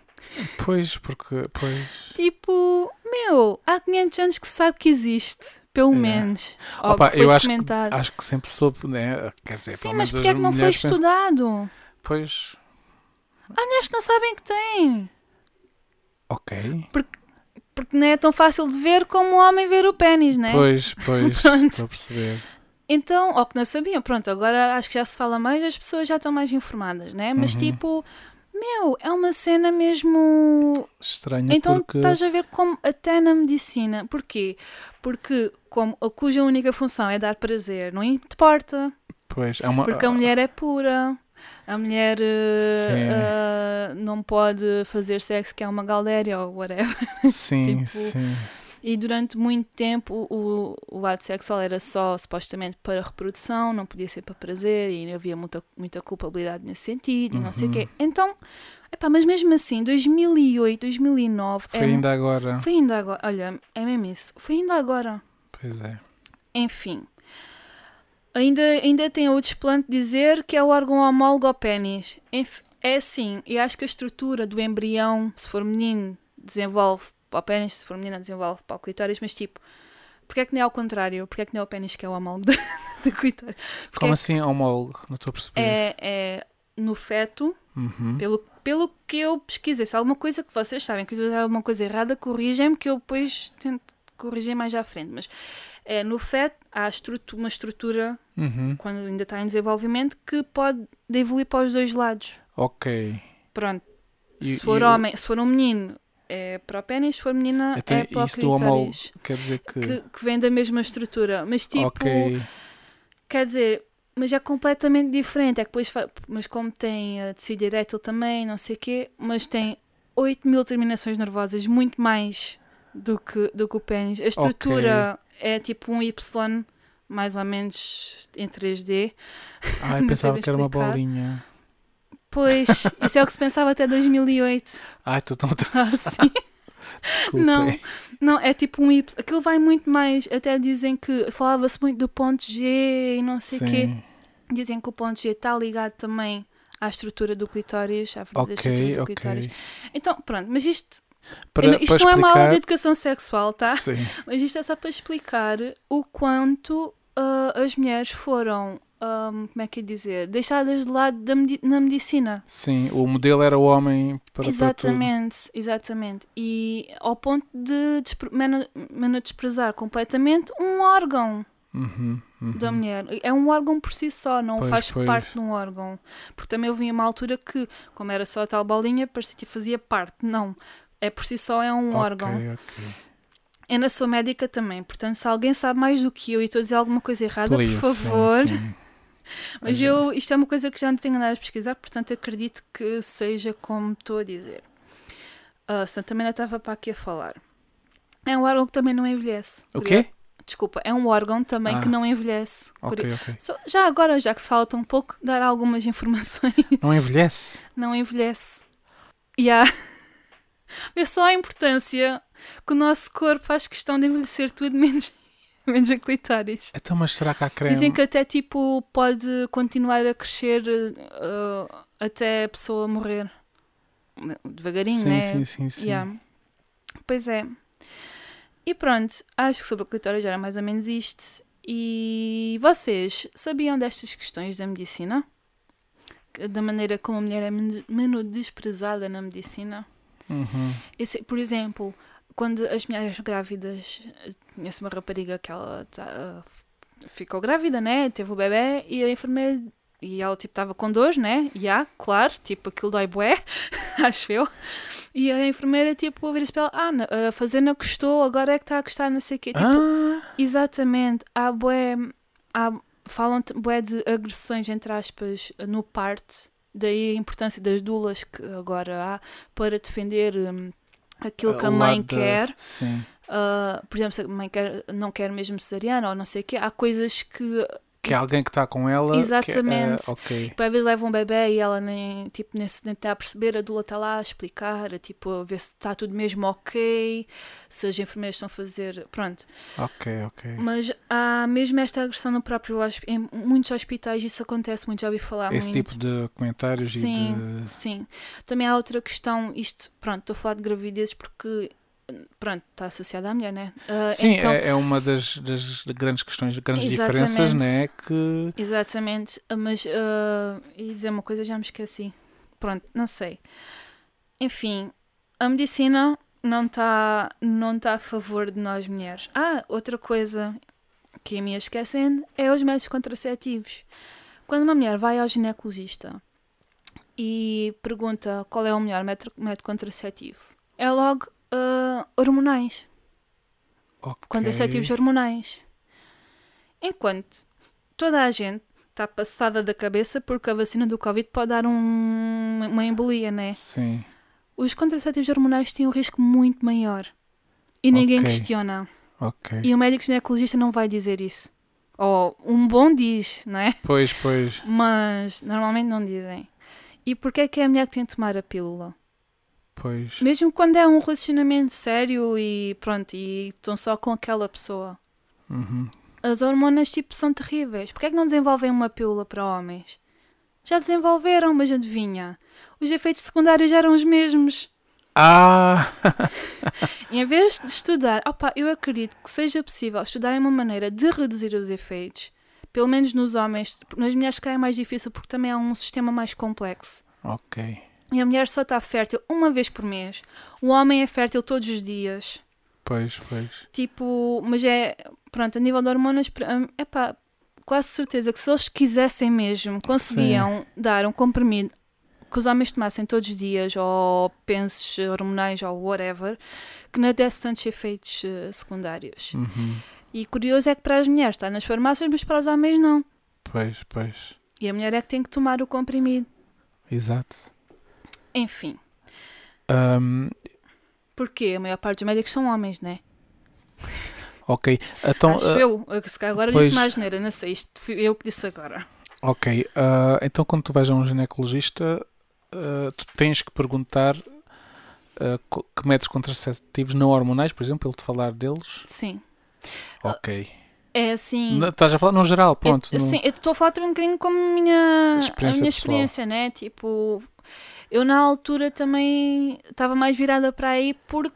S1: Pois, porque. Pois.
S2: Tipo, meu, há 500 anos que se sabe que existe, pelo
S1: É.
S2: menos. Ou
S1: Opa,
S2: que foi
S1: eu acho que,
S2: documentado.
S1: acho que sempre soube, né? Quer dizer,
S2: Ah. Sim,
S1: pelo menos
S2: mas porquê é
S1: as
S2: que não foi
S1: mulheres pensam-
S2: estudado?
S1: Pois.
S2: Há mulheres que não sabem que têm.
S1: Ok.
S2: Porque não é tão fácil de ver como o homem ver o pênis, né?
S1: Pois, pois.
S2: *laughs* Pronto.
S1: Estou a perceber.
S2: Então, ou que não sabiam, pronto, agora acho que já se fala mais, as pessoas já estão mais informadas, né?
S1: Uhum.
S2: Mas tipo, meu, é uma cena mesmo
S1: Estranho
S2: Então
S1: é porque.
S2: estás a ver como até na medicina. Porquê? Porque como a cuja única função é dar prazer, não importa.
S1: Pois, é uma.
S2: Porque a mulher é pura. A mulher eh,
S1: Sim.
S2: eh, não pode fazer sexo que é uma galéria ou whatever.
S1: *laughs* Sim,
S2: tipo,
S1: sim.
S2: E durante muito tempo o, o ato sexual era só supostamente para reprodução, não podia ser para prazer e havia muita, muita culpabilidade nesse sentido e não sei o quê.
S1: Uhum.
S2: Então, epá, mas mesmo assim, 2008, 2009...
S1: Foi
S2: era-
S1: ainda agora.
S2: é Foi ainda agora. Olha, é mesmo isso. Foi ainda agora.
S1: Pois é.
S2: Enfim. Ainda, ainda tem outro desplante de dizer que é o órgão homólogo ao pênis. Enf- É assim, e acho que a estrutura do embrião, se for menino, desenvolve para o pênis, se for menina, desenvolve para o clitóris, mas tipo, porque é que não é ao contrário? Porque é que não é o pênis que é o homólogo *laughs* do, do clitóris? Porque
S1: Como
S2: é,
S1: assim homólogo? Não estou a perceber.
S2: é, é no feto,
S1: Uhum.
S2: pelo, pelo que eu pesquisei. Se há alguma coisa que vocês sabem que eu estou a dar alguma coisa errada, corrigem-me que eu depois tento corrigir mais à frente. Mas é, no feto há estrutu- uma estrutura
S1: Uhum.
S2: quando ainda está em desenvolvimento, que pode evoluir para os dois lados.
S1: Ok.
S2: Pronto.
S1: E-
S2: se for
S1: e o-
S2: homem, se for um menino é para o pênis, se for menina
S1: Então,
S2: é para o
S1: isso do homólogo
S2: clitóris.
S1: quer dizer que.
S2: Que, que vem da mesma estrutura. Mas tipo,
S1: ok.
S2: quer dizer, mas é completamente diferente. É que depois, fa- mas como tem a tecido erétil também, não sei o quê, mas tem 8 mil terminações nervosas, muito mais do que, do que o pênis. A estrutura é tipo um Y, mais ou menos em 3D.
S1: Ai,
S2: *laughs* não
S1: pensava
S2: sei
S1: que era uma
S2: explicar.
S1: bolinha.
S2: Pois, isso é o que se pensava até 2008.
S1: Ai, estou tão
S2: Ah, sim.
S1: desculpa.
S2: não, não, é tipo um Y. Aquilo vai muito mais. Até dizem que falava-se muito do ponto G e não sei o quê.
S1: Sim.
S2: Dizem que o ponto G está ligado também à estrutura do clitóris, à verdadeira
S1: Ok,
S2: estrutura do
S1: ok.
S2: clitóris. Então, pronto, mas isto
S1: Para,
S2: Eu não- isto
S1: para
S2: não é uma aula de
S1: explicar-
S2: educação sexual, tá?
S1: Sim.
S2: Mas isto é só para explicar o quanto ah, as mulheres foram, ahm, como é que é dizer, deixadas de lado da medi- na medicina.
S1: Sim, o modelo era o homem para, para tudo.
S2: Exatamente, exatamente. E ao ponto de despre- meno- menosprezar completamente um órgão
S1: Uhum, uhum.
S2: da mulher. É um órgão por si só, não
S1: Pois,
S2: faz
S1: pois.
S2: parte de um órgão. Porque também houve uma altura que, como era só a tal bolinha, parecia que fazia parte. Não, é por si só, é um
S1: Ok,
S2: órgão.
S1: ok.
S2: Eu não sou médica também, portanto, se alguém sabe mais do que eu e estou a dizer alguma coisa errada,
S1: Please,
S2: por
S1: sim,
S2: favor.
S1: sim.
S2: Mas eu, isto é uma coisa que já não tenho nada a pesquisar, portanto acredito que seja como estou a dizer. Ah, senão também não estava para aqui a falar. É um órgão que também não envelhece.
S1: O
S2: Curio-
S1: quê?
S2: Desculpa, é um órgão também
S1: Ah.
S2: que não envelhece.
S1: Ok,
S2: Curio-
S1: ok.
S2: Só- já agora, já que se falta um pouco, dar algumas informações.
S1: Não envelhece?
S2: *laughs* Não envelhece. E há. *laughs* Vê só a importância que o nosso corpo faz questão de envelhecer tudo, menos, *laughs* menos a clitóris.
S1: Então, mas será que há creme?
S2: Dizem que até tipo pode continuar a crescer eh, até a pessoa morrer. Devagarinho,
S1: sim,
S2: né?
S1: sim, sim, sim.
S2: Yeah. Pois é. E pronto, acho que sobre o clitóris já era mais ou menos isto. E vocês sabiam destas questões da medicina? Que- Da maneira como a mulher é men- menosprezada na medicina?
S1: Uhum.
S2: Eu sei, por exemplo, quando as mulheres grávidas, conheço uma rapariga que ela tá, ah, ficou grávida, né? Teve o bebê e a enfermeira. E ela, tipo, estava com dores, né? E há, claro, tipo, aquilo dói bué, *laughs* acho eu. E a enfermeira, tipo, vira-se para ela, ah, na- a fazenda custou, agora é que está a custar, não sei o quê. Tipo,
S1: Ah,
S2: Exatamente. Há bué, há, falam t- bué de agressões, entre aspas, no parte. Daí a importância das dulas que agora há para defender hum, aquilo que a
S1: Ah, o
S2: mãe
S1: lado da-
S2: quer.
S1: Sim.
S2: Ah, por exemplo, se a mãe quer, não quer mesmo cesariana ou não sei o quê, há coisas que
S1: Que é alguém que está com ela. que-
S2: Exatamente.
S1: ah, ok.
S2: Tipo, às vezes leva um bebê e ela nem, tipo, nem, se- nem está a perceber, a doula está lá a explicar, a, tipo, a ver se está tudo mesmo ok, se as enfermeiras estão a fazer. Pronto.
S1: Ok, ok.
S2: Mas há mesmo esta agressão no próprio hosp- em muitos hospitais, isso acontece muito, já ouvi falar
S1: Esse
S2: muito.
S1: tipo de comentários
S2: Sim,
S1: e de.
S2: sim. Também há outra questão, isto, pronto, estou a falar de gravidezes porque, hum, pronto, está associada à mulher, né? Ah,
S1: Sim,
S2: então,
S1: é, é uma das, das grandes questões, grandes diferenças,
S2: Exatamente.
S1: né? Que.
S2: Exatamente, mas ah, ia dizer uma coisa, já me esqueci. Pronto, não sei. Enfim, a medicina não está não tá a favor de nós mulheres. Ah, outra coisa que me ia esquecendo é os métodos contraceptivos. Quando uma mulher vai ao ginecologista e pergunta qual é o melhor método método contraceptivo, é logo ah, hormonais
S1: ok.
S2: contraceptivos hormonais. Enquanto toda a gente está passada da cabeça porque a vacina do Covid pode dar um- uma embolia, né?
S1: Sim.
S2: Os contraceptivos hormonais têm um risco muito maior. E ninguém
S1: Ok.
S2: questiona.
S1: Ok.
S2: E o médico ginecologista não vai dizer isso. Ou um bom diz, não é?
S1: Pois, pois.
S2: Mas normalmente não dizem. E porquê é que é a mulher que tem de tomar a pílula?
S1: Pois.
S2: Mesmo quando é um relacionamento sério e pronto, e estão só com aquela pessoa.
S1: Uhum.
S2: As hormonas tipo são terríveis. Porquê é que não desenvolvem uma pílula para homens? Já desenvolveram, mas adivinha? Os efeitos secundários já eram os mesmos.
S1: Ah!
S2: Em vez de estudar, opa, eu acredito que seja possível estudar uma maneira de reduzir os efeitos. Pelo menos nos homens, nas mulheres que é mais difícil porque também há um sistema mais complexo.
S1: ok.
S2: E a mulher só está fértil uma vez por mês. O homem é fértil todos os dias.
S1: Pois, pois.
S2: Tipo, mas é, pronto, a nível de hormonas, é pá, quase certeza que se eles quisessem mesmo, conseguiam dar um comprimido que os homens tomassem todos os dias, ou pensos hormonais, ou whatever, que não desse tantos efeitos eh, secundários.
S1: Uhum.
S2: E curioso é que para as mulheres está nas farmácias, mas para os homens não.
S1: Pois, pois.
S2: E a mulher é que tem que tomar o comprimido.
S1: Exato.
S2: Enfim,
S1: Ahm,
S2: porque a maior parte dos médicos são homens, né?
S1: ok. Então,
S2: Acho
S1: ah,
S2: eu, eu, que se calhar agora
S1: pois.
S2: disse mais neira, não sei, isto fui eu que disse agora.
S1: ok. ah, então, quando tu vais a um ginecologista, ah, tu tens que perguntar ah, co- que métodos contraceptivos não hormonais, por exemplo, ele te falar deles.
S2: Sim. Ah,
S1: Ok.
S2: É assim.
S1: Não, estás a falar no geral, pronto.
S2: eu,
S1: no-
S2: Sim, eu estou a falar também um bocadinho como a minha
S1: Experiência
S2: a minha
S1: pessoal.
S2: experiência, né? Tipo, Eu na altura também estava mais virada para aí porque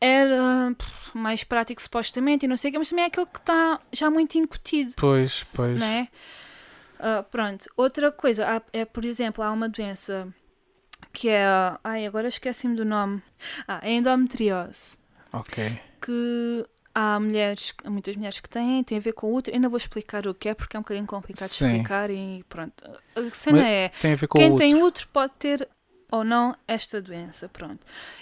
S2: era pff, mais prático supostamente e não sei o quê, mas também é aquele que está já muito incutido,
S1: Pois, pois.
S2: não é? Ah, pronto, outra coisa há- é, por exemplo, há uma doença que é. Ai, agora esqueci-me do nome. Ah, é endometriose
S1: Ok.
S2: que há mulheres, muitas mulheres que têm, tem a ver com o útero. Ainda vou explicar o que é, porque é um bocadinho complicado de
S1: Sim.
S2: explicar e pronto. A cena
S1: Mas
S2: é,
S1: Tem a ver com
S2: quem
S1: o
S2: tem
S1: útero.
S2: útero pode ter ou não esta doença, pronto.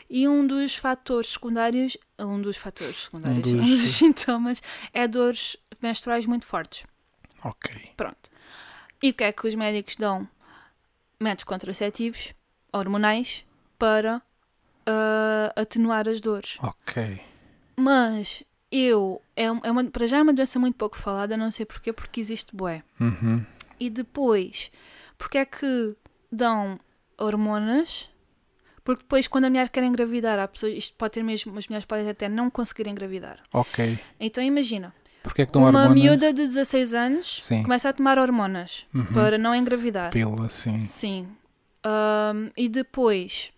S2: E um dos fatores secundários, um dos fatores secundários, *laughs* um
S1: dos-
S2: dos, sintomas é dores menstruais muito fortes, um
S1: Ok.
S2: pronto. E o que é que os médicos dão? Métodos contraceptivos, hormonais, para ah, atenuar as dores.
S1: Ok.
S2: Mas eu, é, um- é uma, para já é uma doença muito pouco falada, não sei porquê, porque existe bué.
S1: Uhum.
S2: E depois, porque é que dão hormonas? Porque depois, quando a mulher quer engravidar, há pessoas, isto pode ter mesmo, as mulheres podem até não conseguir engravidar.
S1: Ok.
S2: Então imagina,
S1: Porquê é que dão
S2: uma
S1: hormona?
S2: miúda de 16 anos
S1: Sim. Hum.
S2: começa a tomar hormonas para não engravidar.
S1: Pílula, Uhum. sim.
S2: Sim. Ahm, e depois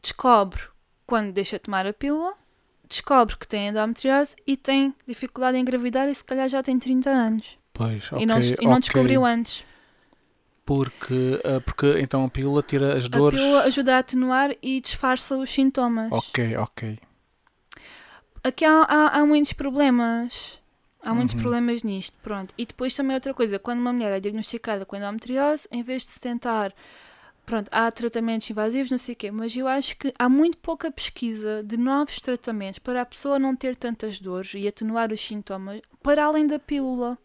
S2: descobre quando deixa de tomar a pílula, descobre que tem endometriose e tem dificuldade em engravidar e se calhar já tem 30 anos.
S1: Pois, ok.
S2: e não, e não
S1: ok.
S2: descobriu antes.
S1: Porque, ah, porque então a pílula tira as dores.
S2: A pílula ajuda a atenuar e disfarça os sintomas.
S1: Ok, ok.
S2: Aqui há, há- há muitos problemas. Há muitos
S1: Uhum.
S2: problemas nisto, pronto. E depois também outra coisa, quando uma mulher é diagnosticada com endometriose, em vez de se tentar, pronto, há tratamentos invasivos, não sei o quê, mas eu acho que há muito pouca pesquisa de novos tratamentos para a pessoa não ter tantas dores e atenuar os sintomas, para além da pílula.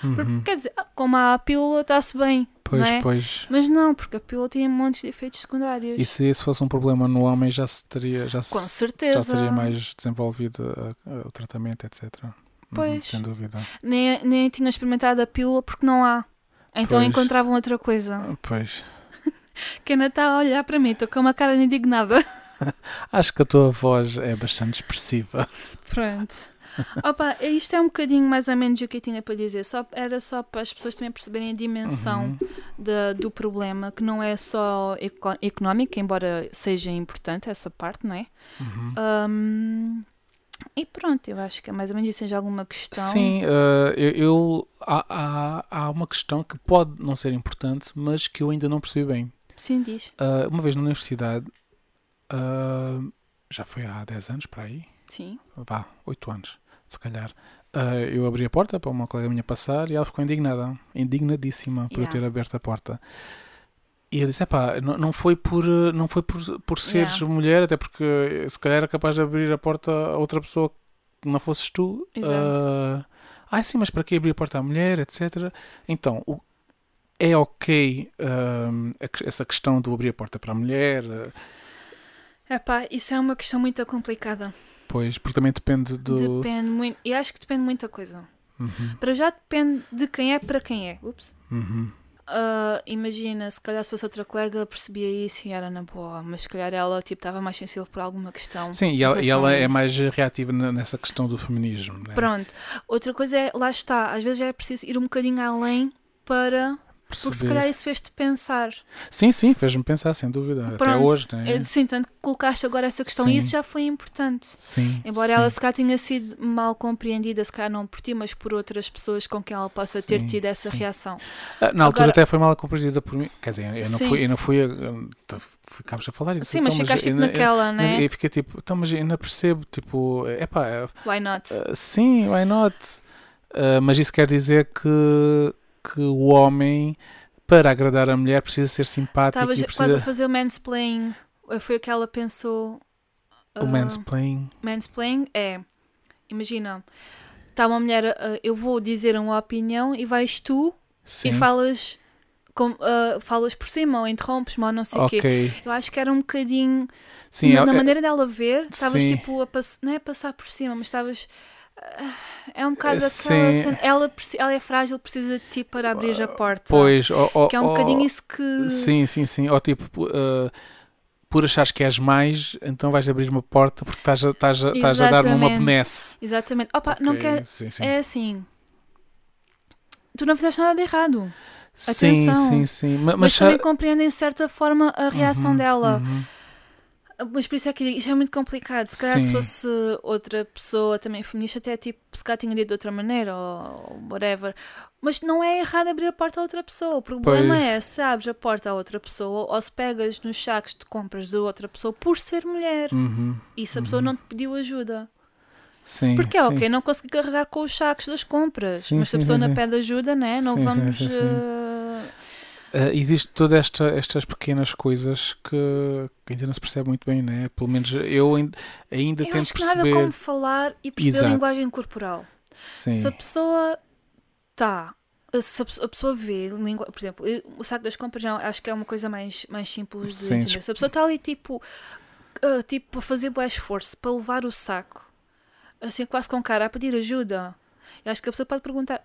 S2: Porque, quer dizer, ah, como há a pílula, está-se bem,
S1: Uhum. Pois,
S2: não é?
S1: pois.
S2: Mas não, porque a pílula tem montes de efeitos secundários.
S1: E se isso fosse um problema no homem, já se teria, já
S2: Com
S1: se,
S2: certeza.
S1: já teria mais desenvolvido ah, ah, o tratamento, etc. Uhum,
S2: Pois.
S1: sem dúvida.
S2: nem, nem tinham experimentado a pílula porque não há. Então
S1: Pois.
S2: encontravam outra coisa.
S1: Ah, Pois.
S2: Que ainda está a olhar para mim, estou com uma cara de indignada. *laughs*
S1: Acho que a tua voz é bastante expressiva.
S2: Pronto. Opa, isto é um bocadinho mais ou menos o que eu tinha para dizer. Só, era só para as pessoas também perceberem a dimensão
S1: Uhum,
S2: da- do problema, que não é só eco- económico, embora seja importante essa parte, não é?
S1: uhum.
S2: Ahm, e pronto, eu acho que é mais ou menos isso. Seja alguma questão.
S1: Sim, ah, eu, eu- há, há, há uma questão que pode não ser importante, mas que eu ainda não percebi bem.
S2: Sim, diz.
S1: Ah, uma vez na universidade, ah, já foi há 10 anos para aí,
S2: Sim.
S1: vá, 8 anos, se calhar. Ah, eu abri a porta para uma colega minha passar e ela ficou indignada, indignadíssima por eu
S2: Yeah.
S1: ter aberto a porta. E eu disse, epá, não, não foi por, eh, não foi por, por seres
S2: Yeah.
S1: mulher, até porque eh, se calhar era capaz de abrir a porta a outra pessoa que não fosses tu.
S2: Exato.
S1: Ah, ah, sim, mas para que abrir a porta à mulher, etc. Então, o- é ok ahm, a que- essa questão do abrir a porta para a mulher, eh,
S2: Epá, isso é uma questão muito complicada.
S1: pois, porque também depende do...
S2: Depende muito. E acho que depende de muita coisa.
S1: Uhum,
S2: Para já depende de quem é para quem é. Ups.
S1: uhum.
S2: Ah, imagina, se calhar se fosse outra colega percebia isso e era na boa, mas se calhar ela tipo estava mais sensível por alguma questão.
S1: Sim, e
S2: em
S1: ela, e
S2: relação
S1: ela
S2: a
S1: é
S2: isso.
S1: mais reativa na- nessa questão do feminismo. Né?
S2: Pronto. Outra coisa é, lá está, às vezes já é preciso ir um bocadinho além para. Porque se
S1: Perceber.
S2: calhar isso fez-te pensar.
S1: Sim, sim, fez-me pensar, sem dúvida. Até
S2: Pronto.
S1: hoje, né?
S2: É, Sim, tanto que colocaste agora essa questão
S1: Sim.
S2: e isso já foi importante.
S1: Sim.
S2: Embora
S1: sim.
S2: ela se calhar tenha sido mal compreendida, se calhar não por ti, mas por outras pessoas com quem ela possa ter
S1: Sim,
S2: tido essa
S1: sim.
S2: reação.
S1: Ah, Na altura
S2: Agora-
S1: até foi mal compreendida por mim. Quer dizer, eu não
S2: Sim.
S1: fui. Eu não fui eh, eh, ficámos a falar e disse,
S2: Sim, mas
S1: "Então,
S2: ficaste
S1: eu
S2: tipo
S1: não- eu-
S2: naquela, né?
S1: Eu fiquei tipo, então, mas eu ainda percebo, tipo, epá, eh,
S2: Why not?
S1: ah, sim, why not? Ah, mas isso quer dizer que, que o homem, para agradar a mulher, precisa ser simpático
S2: Estavas
S1: e
S2: quase a
S1: precisa.
S2: fazer o mansplaining. Eh, Foi o que ela pensou. ah,
S1: O mansplaining.
S2: mansplaining é. Imagina, está uma mulher. eh, eu vou dizer uma opinião e vais tu
S1: Sim.
S2: e falas. com- eh, falas por cima ou interrompes-me ou não sei o quê.
S1: Ok.
S2: Eu acho que era um bocadinho.
S1: Sim,
S2: na,
S1: é-
S2: na
S1: é-
S2: maneira dela ver, estavas
S1: Sim.
S2: tipo a pass- não é a passar por cima, mas estavas. ah, É um bocado
S1: Eh,
S2: aquela
S1: sim. Ah,
S2: cena. Ela, preci- ela é frágil, precisa de ti para abrir a porta.
S1: Pois, ou- ou-
S2: Que é um
S1: ou-
S2: bocadinho isso que.
S1: Sim, sim, sim. Ou tipo, pu- eh, por achares que és mais, então vais abrir uma porta porque estás a, estás a, estás a dar-me uma
S2: Exatamente.
S1: benesse.
S2: Exatamente. Opa, não
S1: Ok,
S2: quer.
S1: Sim, sim.
S2: É assim. Tu não fizeste nada de errado.
S1: Sim,
S2: Atenção.
S1: sim, sim. Ma- Mas,
S2: Mas,
S1: sa-
S2: também compreendem de certa forma a reação dela.
S1: Uhum.
S2: Mas por isso é que eu digo, isto é muito complicado. Se calhar
S1: Sim.
S2: se fosse outra pessoa também feminista, até tipo, se calhar tinha dito de outra maneira ou whatever. Mas não é errado abrir a porta a outra pessoa. O problema
S1: Pois.
S2: é se abres a porta a outra pessoa ou se pegas nos sacos de compras de outra pessoa por ser mulher.
S1: Uhum.
S2: E se a pessoa não te pediu ajuda.
S1: Sim,
S2: Porque é
S1: sim.
S2: ok, não consegui carregar com os sacos das compras.
S1: Sim,
S2: mas se a
S1: sim,
S2: pessoa
S1: sim,
S2: não
S1: sim.
S2: pede ajuda, né? não
S1: Sim, sim,
S2: vamos.
S1: sim, sim.
S2: eh,
S1: Uh, existe todas esta, estas pequenas coisas que, que ainda não se percebe muito bem, né? Pelo menos eu ain- ainda
S2: eu
S1: tento
S2: acho que
S1: perceber.
S2: nada como falar e perceber
S1: Exato.
S2: a linguagem corporal.
S1: Sim.
S2: Se a pessoa está. Se a pessoa- a pessoa vê, língua, por exemplo, eu- o saco das compras não, acho que é uma coisa mais, mais simples de
S1: Sim,
S2: entender. Se a pessoa está ali tipo, ah, tipo a fazer bom esforço para levar o saco, assim quase com cara a pedir ajuda, eu acho que a pessoa pode perguntar,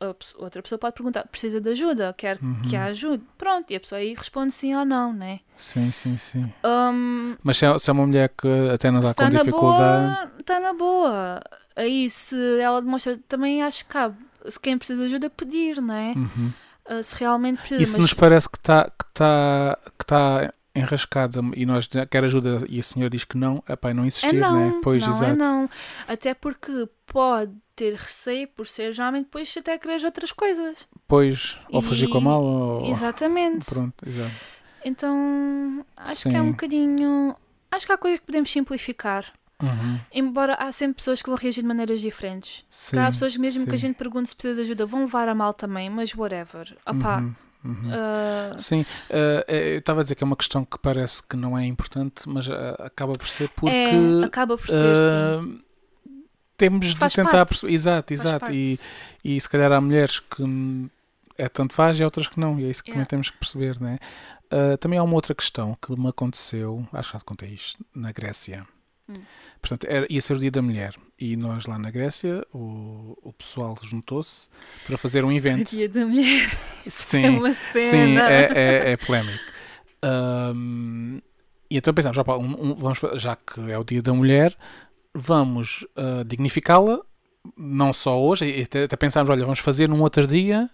S2: a pe- outra pessoa pode perguntar, precisa de ajuda, quer que
S1: Uhum.
S2: a ajude, pronto, e a pessoa aí responde sim ou não, né?
S1: Sim, sim, sim.
S2: Hum,
S1: Mas se é, se é uma mulher que até não
S2: se
S1: dá Tá com
S2: está na
S1: dificuldade.
S2: boa, está na boa. Aí se ela demonstra, também acho que cabe, se quem precisa de ajuda, pedir, não é?
S1: Uhum.
S2: Ah, se realmente precisa.
S1: E se
S2: mas-
S1: nos parece que está que tá, que tá enrascada e nós quer ajuda e a senhora diz que não, epá, não
S2: é
S1: insistir,
S2: não,
S1: né? Pois,
S2: não,
S1: exato.
S2: é não. Até porque pode ter receio por ser geralmente depois até querer outras coisas.
S1: Pois, ou fugir com a
S2: E-
S1: mala ou.
S2: Exatamente.
S1: Oh, Pronto, exato.
S2: Então, acho que é
S1: Sim.
S2: um bocadinho... Acho que há coisas que podemos simplificar.
S1: Uhum.
S2: Embora há sempre pessoas que vão reagir de maneiras diferentes.
S1: Sim,
S2: Claro, há pessoas mesmo que a
S1: sim.
S2: gente pergunte se precisa de ajuda vão levar a mal também, mas whatever. Opá,
S1: Uhum, uhum.
S2: ah,
S1: Sim, eh, eh, eu estava a dizer que é uma questão que parece que não é importante, mas eh, acaba por ser porque
S2: é, acaba por ser, sim.
S1: eh, temos
S2: Faz
S1: de tentar
S2: parte.
S1: perce- Exato,
S2: Faz
S1: exato.
S2: parte. *laughs*
S1: E, e se calhar há mulheres que hum, é tanto faz e há outras que não, e é isso que também
S2: Yeah.
S1: temos que perceber, né? Eh, também há uma outra questão que me aconteceu, acho que já te contei isto, na Grécia.
S2: Hum.
S1: Portanto, era, ia ser o Dia da Mulher. E nós lá na Grécia, o, o pessoal juntou-se para fazer um evento.
S2: *laughs* Dia da mulher
S1: Sim.
S2: é uma cena.
S1: Sim,
S2: *laughs*
S1: é, é, é polémico. Ahm, e então pensámos, opa, um- um- vamos, fa- já que é o Dia da Mulher, vamos ah, dignificá-la, não só hoje, e até, até pensámos, olha, vamos fazer num outro dia,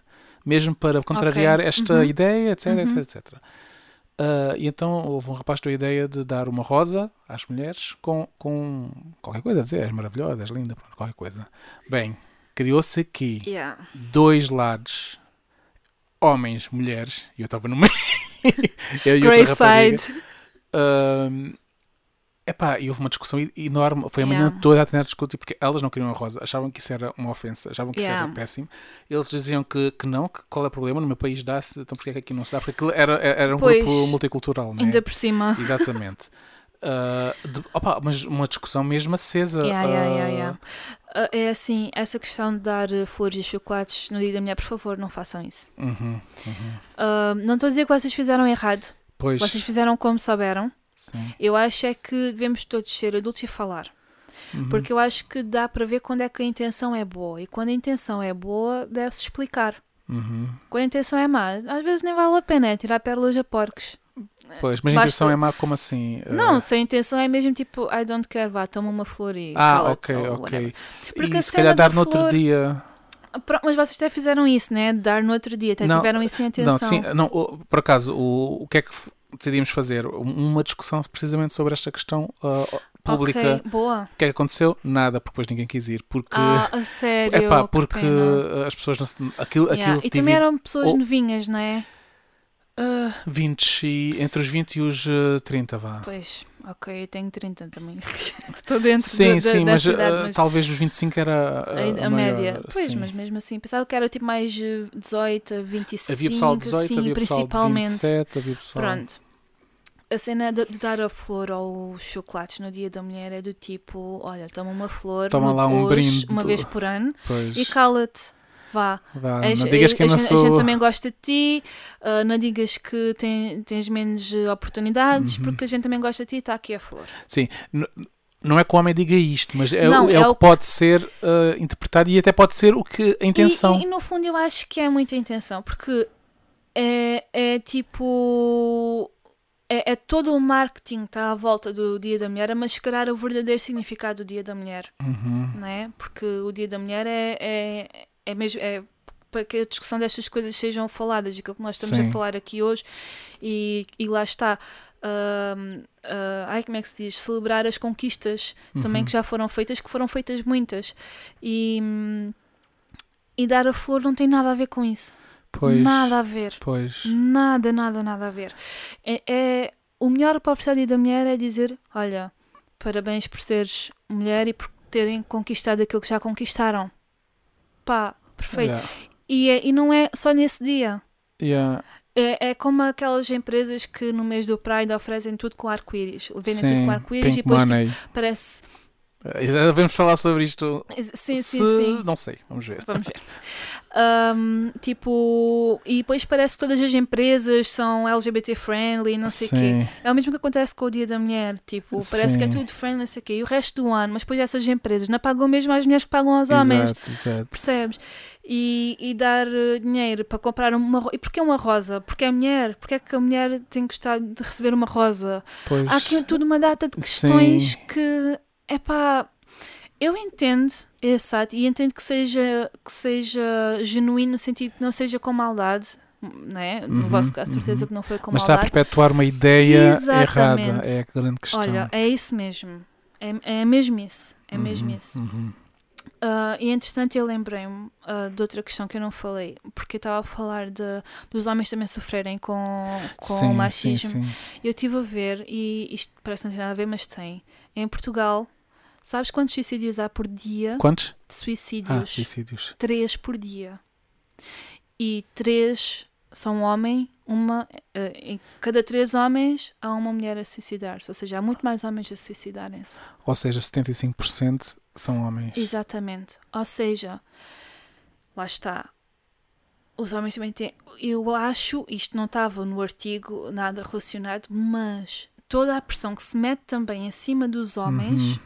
S1: mesmo para contrariar
S2: Ok,
S1: esta
S2: uhum.
S1: ideia, etc,
S2: Uhum.
S1: etc, etc. Ah, e então houve um rapaz que deu a ideia de dar uma rosa às mulheres com, com qualquer coisa a dizer, és maravilhosa, és linda, pronto, qualquer coisa. Bem, criou-se aqui
S2: Yeah.
S1: dois lados. Homens, mulheres, e eu estava no meio. *laughs* eu e outra rapariga.
S2: Grayside.
S1: Ahm, epá, e houve uma discussão e- enorme. Foi a manhã
S2: Yeah.
S1: toda a tentar discutir porque elas não queriam a rosa. Achavam que isso era uma ofensa, achavam que isso era
S2: Yeah.
S1: péssimo. Eles diziam que, que não, que qual é o problema, no meu país dá-se, então porque é que aqui não se dá? Porque aquilo era, era um
S2: Pois.
S1: grupo multicultural, não é?
S2: Ainda *laughs* por cima.
S1: Exatamente. Ah, de- opa, mas uma discussão mesmo acesa.
S2: Yeah, yeah,
S1: ah,
S2: yeah, yeah. Ah, é assim, essa questão de dar eh, flores e chocolates no dia da mulher, por favor, não façam isso.
S1: uhum.
S2: Ah, não estou a dizer que vocês fizeram errado.
S1: Pois.
S2: Vocês fizeram como souberam.
S1: Sim.
S2: Eu acho é que devemos todos ser adultos e falar.
S1: Uhum.
S2: Porque eu acho que dá para ver quando é que a intenção é boa. E quando a intenção é boa, deve-se explicar.
S1: Uhum.
S2: Quando a intenção é má, às vezes nem vale a pena é tirar pérolas a porcos.
S1: Pois, mas a
S2: Basta-
S1: intenção é má como assim? Eh,
S2: Não, se a intenção é mesmo tipo, I don't care, vá, toma uma flor e.
S1: Ah,
S2: cala-te",
S1: ok,
S2: ou whatever.
S1: ok.
S2: Porque
S1: e
S2: a
S1: se
S2: cena
S1: calhar
S2: da
S1: dar no outro
S2: flor-
S1: dia.
S2: Pro- Mas vocês até fizeram isso, né? De Dar no outro dia, até
S1: Não,
S2: tiveram isso em
S1: Não,
S2: atenção.
S1: sim, não, o- por acaso, o, o que é que f- decidimos fazer? Um- Uma discussão precisamente sobre esta questão ah, pública.
S2: Ok, boa.
S1: O que é que aconteceu? Nada, porque depois ninguém quis ir. Porque.
S2: Ah, a sério.
S1: *laughs* Epá,
S2: que
S1: porque
S2: pena.
S1: ah, as pessoas não se- aquilo,
S2: Yeah,
S1: aquilo
S2: E
S1: tive
S2: também eram pessoas
S1: Oh.
S2: novinhas, não é?
S1: ah, 20 e entre os 20 e os ah, 30, vá.
S2: Pois, ok, eu tenho 30 também. *laughs* Estou dentro
S1: Sim,
S2: da, da,
S1: sim,
S2: da
S1: mas,
S2: cidade,
S1: ah,
S2: mas
S1: talvez os 25 era ah,
S2: a,
S1: maior,
S2: a média. Pois,
S1: sim.
S2: mas mesmo assim, pensava que era tipo mais eh, 18, 25,
S1: Havia pessoal de 18,
S2: assim,
S1: havia pessoal de
S2: principalmente.
S1: 27, havia pessoal.
S2: Pronto. A cena de, de dar a flor aos chocolates no dia da mulher é do tipo: olha, toma uma flor,
S1: Toma
S2: uma
S1: lá um
S2: coz,
S1: brinde.
S2: uma vez por ano
S1: Pois.
S2: e cala-te. Vá.
S1: Vá,
S2: A
S1: não
S2: gen-
S1: digas que
S2: a
S1: eu não
S2: gen-
S1: sou.
S2: a gente também gosta de ti, ah, não digas que ten- tens menos eh, oportunidades,
S1: Uhum.
S2: porque a gente também gosta de ti e está aqui a flor.
S1: Sim, n- não é que o homem diga isto, mas é,
S2: Não,
S1: o, é
S2: é
S1: o
S2: o
S1: que pode ser ah, interpretado e até pode ser o que a
S2: E-
S1: intenção.
S2: E, e no fundo eu acho que é muita intenção, porque é, é tipo. É, é todo o marketing que está à volta do Dia da Mulher a mascarar o verdadeiro significado do Dia da Mulher,
S1: Uhum,
S2: não é? Porque o Dia da Mulher é, é, é mesmo. É, para que a discussão destas coisas sejam faladas, aquilo que nós estamos
S1: Sim.
S2: a falar aqui hoje, e, e lá está. ahm, ah, ai, como é que se diz? Celebrar as conquistas
S1: uhum.
S2: também que já foram feitas, que foram feitas muitas. E, hum, e dar a flor não tem nada a ver com isso.
S1: Pois,
S2: Nada a ver.
S1: Pois.
S2: Nada, nada, nada a ver. É, é- o melhor para oferecer ao dia da mulher é dizer: Olha, parabéns por seres mulher e por terem conquistado aquilo que já conquistaram. Pá, perfeito.
S1: Yeah.
S2: E, é- e não é só nesse dia.
S1: Yeah.
S2: É, é como aquelas empresas que no mês do Pride oferecem tudo com arco-íris. Vendem tudo
S1: Sim,
S2: com arco-íris e
S1: Pink
S2: depois tipo,
S1: Money.
S2: parece.
S1: Eh, Vamos falar sobre isto.
S2: Sim,
S1: se...
S2: sim, sim.
S1: Não sei, vamos ver.
S2: Vamos ver. Ahm, tipo, e depois parece que todas as empresas são LGBT friendly, não sei o quê.
S1: Sim.
S2: É o mesmo que acontece com o Dia da Mulher. Tipo, parece que é
S1: Sim.
S2: tudo friendly, não sei o quê. E o resto do ano, mas depois essas empresas não pagam mesmo às mulheres que pagam aos homens.
S1: Exato, exato.
S2: Percebes? E, e dar eh, dinheiro para comprar uma rosa. E porquê uma rosa? Porque é mulher? Porquê é que a mulher tem que gostar de receber uma rosa?
S1: Pois.
S2: Há aqui um toda uma data de questões
S1: Sim.
S2: que é pá. Eu entendo esse ato e entendo que seja, que seja genuíno no sentido que não seja com maldade, né? No
S1: Uhum,
S2: vosso caso, certeza que não foi com
S1: Mas está a
S2: maldade.
S1: perpetuar uma ideia errada.
S2: Exatamente.
S1: É a grande questão.
S2: Olha, é isso mesmo. É, é mesmo isso. É mesmo isso.
S1: Uhum.
S2: Ah, e entretanto, eu lembrei-me ah, de outra questão que eu não falei, porque eu estava a falar de, dos homens também sofrerem com, com o machismo.
S1: Sim, sim.
S2: Eu estive a ver, e isto parece que não tem nada a ver, mas tem. Em Portugal, sabes quantos suicídios há por dia?
S1: Quantos?
S2: De suicídios.
S1: Ah, suicídios.
S2: Três por dia. E três são homem, uma. eh, em cada três homens há uma mulher a suicidar-se. Ou seja, há muito mais homens a suicidarem-se.
S1: Ou seja, 75% são homens.
S2: Exatamente. Ou seja, lá está. Os homens também têm. Eu acho, isto não estava no artigo nada relacionado, mas toda a pressão que se mete também em cima dos
S1: Uhum.
S2: homens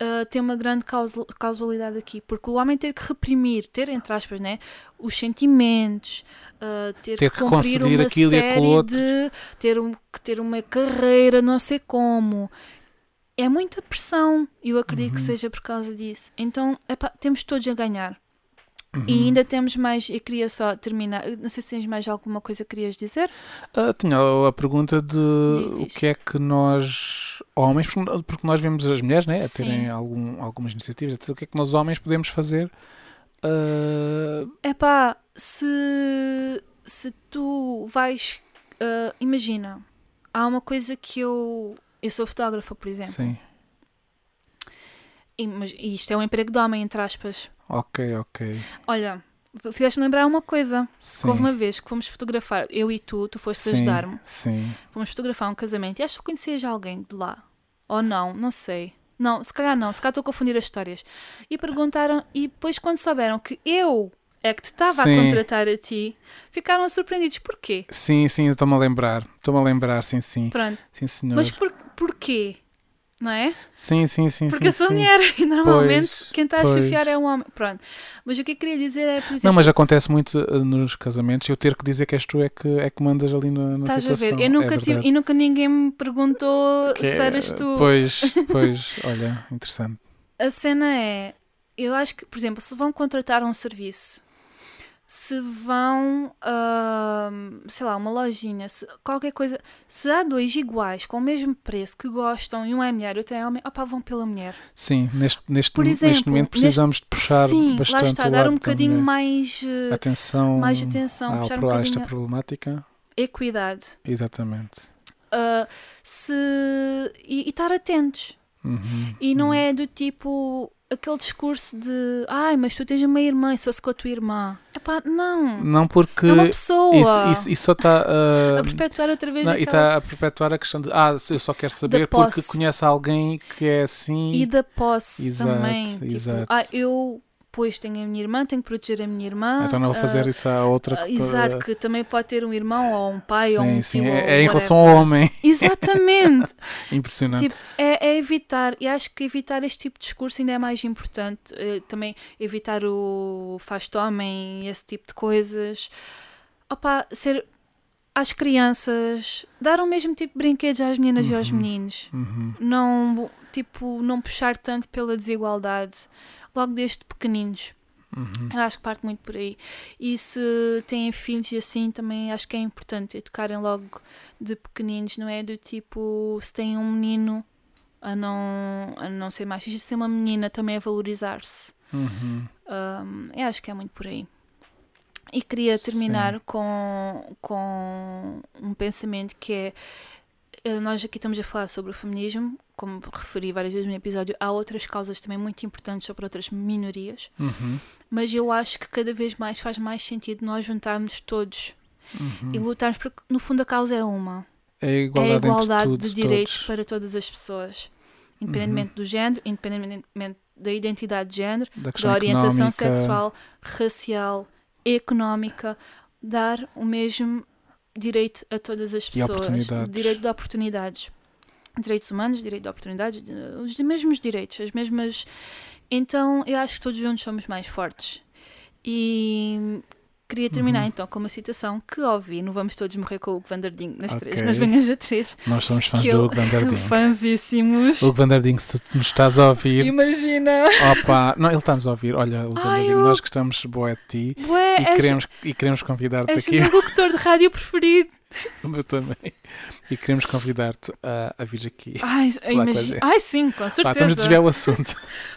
S2: ah, tem uma grande causal- causalidade aqui. Porque o homem ter que reprimir, ter, entre aspas, né, os sentimentos, ah, ter,
S1: Ter
S2: que
S1: que
S2: cumprir
S1: conseguir
S2: uma
S1: aquilo e aquilo
S2: série
S1: outro.
S2: de. Ter, um, que ter uma carreira, não sei como é muita pressão. Eu acredito
S1: Uhum.
S2: que seja por causa disso. Então, epá, temos todos a ganhar.
S1: Uhum.
S2: E ainda temos mais. Eu queria só terminar. Não sei se tens mais alguma coisa que querias dizer.
S1: Ah, tinha a pergunta de
S2: Diz,
S1: o
S2: diz.
S1: que é que nós, homens, porque- porque nós vemos as mulheres né, a
S2: Sim.
S1: terem algum, algumas iniciativas, etc. o que é que nós, homens, podemos fazer? Ah,
S2: Epá, se, se tu vais. ah, imagina, há uma coisa que eu. Eu sou fotógrafa, por exemplo.
S1: sim,
S2: E, mas, e isto é um emprego de homem, entre aspas.
S1: ok, ok.
S2: Olha, fizeste-me lembrar uma coisa.
S1: Sim.
S2: Que houve uma vez que fomos fotografar, eu e tu, tu foste
S1: sim,
S2: ajudar-me.
S1: Sim,
S2: Fomos fotografar um casamento e acho que conhecias alguém de lá. Ou não, não sei. Não, se calhar não, se calhar estou a confundir as histórias. E perguntaram, e depois quando souberam que eu é que te estava a
S1: Sim.
S2: contratar a ti, ficaram surpreendidos. Porquê?
S1: sim, sim, estou-me a lembrar, estou-me a lembrar, sim, sim,
S2: Pronto,
S1: sim, senhor.
S2: mas por, porquê? Não é?
S1: Sim, sim, sim,
S2: Porque eu
S1: sim,
S2: sou
S1: sim.
S2: mulher e normalmente
S1: Pois,
S2: quem está a
S1: pois.
S2: chefiar é um homem. Pronto, mas o que eu queria dizer é, por exemplo,
S1: Não, mas acontece muito ah, nos casamentos eu ter que dizer que és tu é que, é que mandas ali na, na
S2: estás a
S1: situação.
S2: ver, eu nunca,
S1: é
S2: tive-
S1: verdade.
S2: e nunca ninguém me perguntou
S1: Que é-
S2: se eras tu. *laughs*
S1: Pois, pois, olha, interessante.
S2: A cena é, eu acho que, por exemplo, se vão contratar um serviço, se vão, ahm, sei lá, uma lojinha, se- qualquer coisa, se há dois iguais com o mesmo preço que gostam e um é mulher e outro é homem, opá, vão pela mulher.
S1: Sim, neste, neste,
S2: Por
S1: neste
S2: exemplo,
S1: momento precisamos de puxar
S2: Sim,
S1: bastante
S2: lá está,
S1: o
S2: dar
S1: lado
S2: um
S1: da
S2: bocadinho
S1: mulher. É
S2: mais eh,
S1: atenção,
S2: mais atenção,
S1: à-
S2: puxar um
S1: pro- Hum, ah, a esta
S2: bocadinho.
S1: problemática.
S2: equidade.
S1: Exatamente.
S2: Ah, se, e, e estar atentos.
S1: Uhum.
S2: E não é do tipo aquele discurso de ai, mas tu tens uma irmã e se fosse com a tua irmã. Epá, não.
S1: Não porque
S2: É uma pessoa.
S1: Hum, isso, isso, isso só está ah,
S2: a perpetuar outra vez
S1: não, e tá
S2: aquela...
S1: está a perpetuar a questão de ah, eu só quero saber
S2: posse.
S1: porque conheço alguém que é assim.
S2: e da posse
S1: Exato,
S2: também.
S1: exato.
S2: Tipo, ah, eu pois tenho a minha irmã, tenho que proteger a minha irmã.
S1: Então não vou fazer
S2: ah,
S1: isso à outra
S2: ah,
S1: que
S2: Exato, que também pode ter um irmão ou um pai ou um
S1: Sim,
S2: tio.
S1: sim, é, é
S2: ou
S1: em
S2: whatever.
S1: relação ao homem. *laughs*
S2: Exatamente.
S1: Impressionante.
S2: tipo, é, é evitar, e acho que evitar este tipo de discurso ainda é mais importante. eh, também evitar o faz-te homem, esse tipo de coisas. Opa, ser às crianças, dar o mesmo tipo de brinquedos às meninas e aos meninos.
S1: Uhum.
S2: não tipo não puxar tanto pela desigualdade logo desde pequeninos Eu acho que parte muito por aí. E se têm filhos e assim, também acho que é importante educarem logo de pequeninos, não é? Do tipo, se tem um menino a não, a não ser machista, se tem uma menina também a valorizar-se.
S1: uhum,
S2: Um, eu acho que é muito por aí. E queria terminar com, com um pensamento que é. eh, Nós aqui estamos a falar sobre o feminismo, como referi várias vezes no episódio, há outras causas também muito importantes sobre outras minorias,
S1: uhum,
S2: mas eu acho que cada vez mais faz mais sentido nós juntarmos todos
S1: uhum.
S2: e lutarmos, porque no fundo a causa é uma:
S1: É a Hum. igualdade,
S2: é a
S1: entre
S2: igualdade
S1: tudo,
S2: de direitos
S1: todos. Uhum.
S2: para todas as pessoas, independentemente do género, independentemente da identidade de género,
S1: Da questão
S2: da orientação
S1: económica.
S2: sexual, racial, económica, dar o mesmo direito a todas as
S1: E
S2: pessoas,
S1: oportunidades.
S2: direito de oportunidades, direitos humanos, direito de oportunidades, de- os mesmos direitos, as mesmas. Então, eu acho que todos juntos somos mais fortes. E queria terminar
S1: Uhum.
S2: então com uma citação que ouvi no Vamos Todos Morrer com o Hugo Vanderding nas três,
S1: Ok.
S2: nas manhãs da três.
S1: Nós somos fãs
S2: que
S1: do
S2: eu-
S1: Hugo Van
S2: *laughs*
S1: Der Ding.
S2: Fãzíssimos.
S1: Hugo Van Der Ding, se tu nos estás a ouvir,
S2: Imagina!
S1: opa, não, ele está-nos a ouvir. Olha, Hugo Van Der
S2: Ai,
S1: Ding,
S2: Hugo.
S1: nós gostamos boé de ti
S2: Ué,
S1: e
S2: és,
S1: queremos, e queremos convidar-te
S2: és o
S1: aqui.
S2: meu locutor de rádio preferido.
S1: *laughs* Eu também. E queremos convidar-te a, a vir aqui. *laughs*
S2: Ai,
S1: com
S2: imagina.
S1: a
S2: Ai, sim, com
S1: Pá,
S2: Ah, certeza.
S1: estamos a desviar o assunto.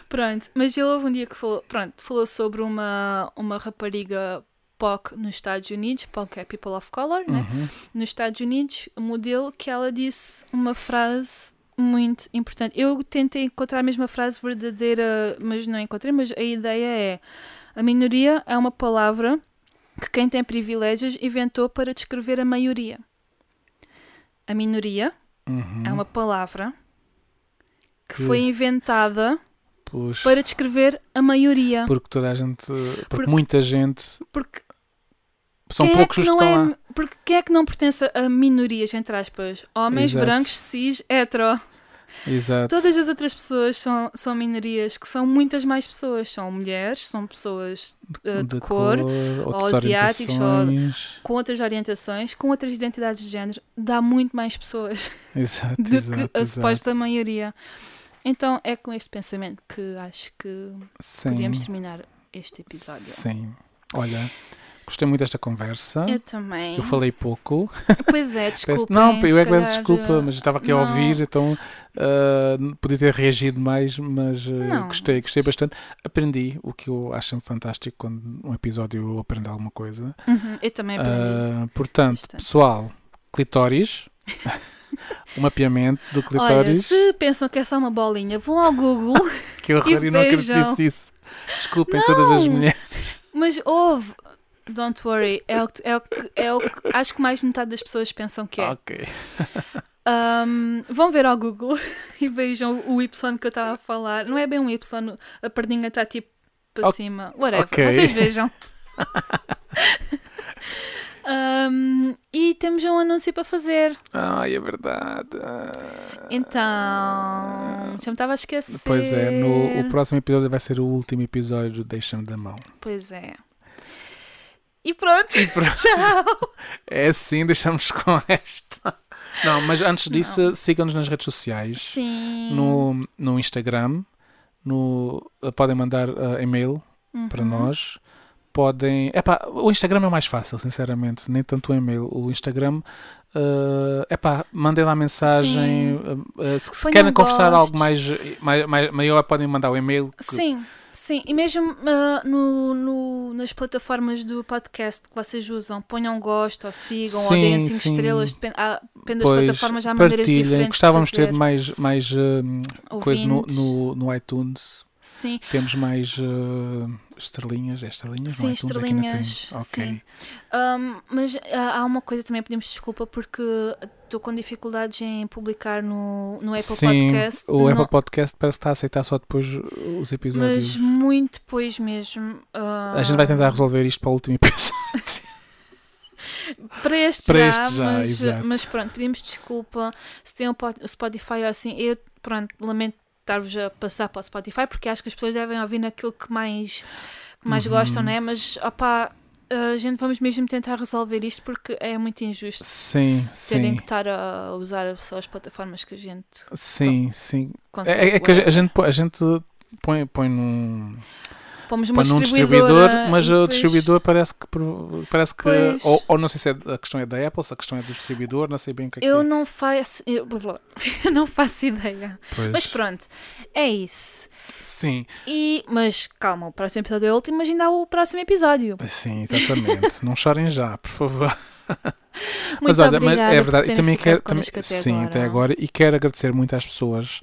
S2: Pronto, mas ele houve um dia que falou, pronto, falou sobre uma, uma rapariga POC nos Estados Unidos, POC é People of Color, *laughs*
S1: Uhum.
S2: né? Nos Estados Unidos, um modelo que ela disse uma frase muito importante. Eu tentei encontrar a mesma frase verdadeira, mas não encontrei, mas a ideia é a minoria é uma palavra que quem tem privilégios inventou para descrever a maioria. A minoria
S1: Uhum.
S2: é uma palavra que
S1: Que-
S2: foi inventada
S1: Pelos-
S2: para descrever a maioria.
S1: Porque toda a gente. Porque,
S2: Porque-
S1: muita gente.
S2: Porque
S1: São
S2: quem
S1: poucos
S2: é que
S1: os que
S2: não
S1: estão
S2: é,
S1: lá.
S2: Porque quem é que não pertence a minorias, entre aspas? Homens,
S1: Exato.
S2: brancos, cis, hetero.
S1: Exato.
S2: Todas as outras pessoas são, são minorias, que são muitas mais pessoas. São mulheres, são pessoas eh, de, cor,
S1: outras
S2: ou asiáticos, ou-
S1: orientações.
S2: com outras orientações, com outras identidades de género. Dá muito mais pessoas *laughs*
S1: Exato,
S2: do
S1: exato,
S2: que a
S1: exato.
S2: suposta maioria. Então é com este pensamento que acho que
S1: Sim,
S2: podíamos terminar este episódio.
S1: Sim. Olha, gostei muito desta conversa.
S2: Eu também.
S1: Eu falei pouco. *laughs*
S2: Pois é, desculpa.
S1: Peço- não, eu
S2: se
S1: é que peço
S2: calhar, eh,
S1: desculpa, mas eu estava aqui
S2: não.
S1: a ouvir, então ah, podia ter reagido mais, mas ah,
S2: Não.
S1: gostei, gostei bastante. Aprendi o que eu acho sempre fantástico quando um episódio eu aprendo alguma coisa.
S2: Uhum, eu também aprendi.
S1: Ah, portanto,
S2: Bastante.
S1: pessoal,
S2: *laughs*
S1: clitóris, o mapeamento do
S2: Olha,
S1: clitóris.
S2: se pensam que é só uma bolinha, vão ao Google, *laughs*
S1: que horror,
S2: e
S1: eu nunca
S2: vejam.
S1: disse isso. Desculpem todas as
S2: Não.
S1: mulheres.
S2: mas ouve. Don't worry, é o, que- é, o que, é o que acho que mais de metade das pessoas pensam que é.
S1: Ok.
S2: Ahm, vão ver ao Google *laughs* e vejam o Y que eu estava a falar. Não é bem um Y, a perninha está tipo para
S1: Ok.
S2: cima. Whatever,
S1: Ok. *laughs*
S2: vocês vejam. Ahm, e temos um anúncio para fazer.
S1: Ai, é verdade. Ah.
S2: Então, já me estava a esquecer.
S1: Pois é, no, o próximo episódio vai ser o último episódio do Deixa-me da Mão.
S2: Pois é. E pronto. *laughs* Tchau.
S1: É sim, deixamos *laughs* com esta. Não, mas antes disso, sigam-nos nas redes sociais.
S2: Sim.
S1: No, no Instagram. No, podem mandar ah, e-mail
S2: Uhum.
S1: para nós. Podem. Epá, o Instagram é o mais fácil, sinceramente. Nem tanto o e-mail. O Instagram. ah, epá, mandem lá mensagem. ah, ah, se se
S2: Ponham
S1: querem conversar
S2: gostos.
S1: algo mais, mais, mais- maior, podem mandar o e-mail. que-
S2: Sim, sim. E mesmo ah, no, no- nas plataformas do podcast que vocês usam, ponham gosto ou sigam ou deem
S1: Sim,
S2: 5
S1: sim.
S2: estrelas. Depende, há- depende das
S1: Pois,
S2: plataformas, há maneiras
S1: partilhem.
S2: diferentes.
S1: Gostávamos de
S2: de fazer.
S1: ter mais, mais hum, coisa no,
S2: Ouvintes.
S1: no, no iTunes.
S2: Sim.
S1: Temos mais hum, estrelinhas. É estrelinhas?
S2: Sim,
S1: no iTunes É que ainda tem.
S2: estrelinhas, sim.
S1: Ok.
S2: Ahm, mas ah, há uma coisa também pedimos desculpa porque estou com dificuldades em publicar no, no Apple Podcast.
S1: o
S2: Não-
S1: Apple Podcast parece que está a aceitar só depois os
S2: Mas
S1: episódios.
S2: muito depois mesmo. ah,
S1: A gente vai tentar resolver isto para o último
S2: *laughs*
S1: episódio.
S2: Para este
S1: Para
S2: já,
S1: este já,
S2: mas,
S1: exato.
S2: mas pronto, pedimos desculpa se tem o pod- o Spotify ou assim. Eu, pronto, lamento estar-vos a passar para o Spotify porque acho que as pessoas devem ouvir naquilo que mais, que mais
S1: Uhum.
S2: gostam, né? Mas, opá, a gente vamos mesmo tentar resolver isto porque é muito injusto
S1: Sim,
S2: terem
S1: sim.
S2: que estar a usar só as plataformas que a gente
S1: Sim, sim.
S2: consegue.
S1: É, é que a,
S2: whatever.
S1: gente, põe- a gente põe, põe num.
S2: Pomos uma
S1: põe num distribuidor,
S2: distribuidora
S1: mas
S2: e
S1: o
S2: depois-
S1: distribuidor parece que. prov- Parece que
S2: Pois.
S1: ou, ou não sei se é- a questão é da Apple, se a questão é do distribuidor, não sei bem o que é
S2: Eu
S1: que é.
S2: não faço. Eu, blá, blá, *laughs* eu não faço ideia.
S1: Pois.
S2: Mas pronto, é isso.
S1: Sim,
S2: E, mas calma, o próximo episódio é o último, mas ainda há o próximo episódio.
S1: sim, exatamente. não chorem já, por favor.
S2: Muito
S1: mas olha, mas
S2: obrigada
S1: é verdade,
S2: por
S1: e também
S2: terem ficado
S1: quero. Também,
S2: connosco até
S1: sim,
S2: agora.
S1: até agora. E quero agradecer muito às pessoas,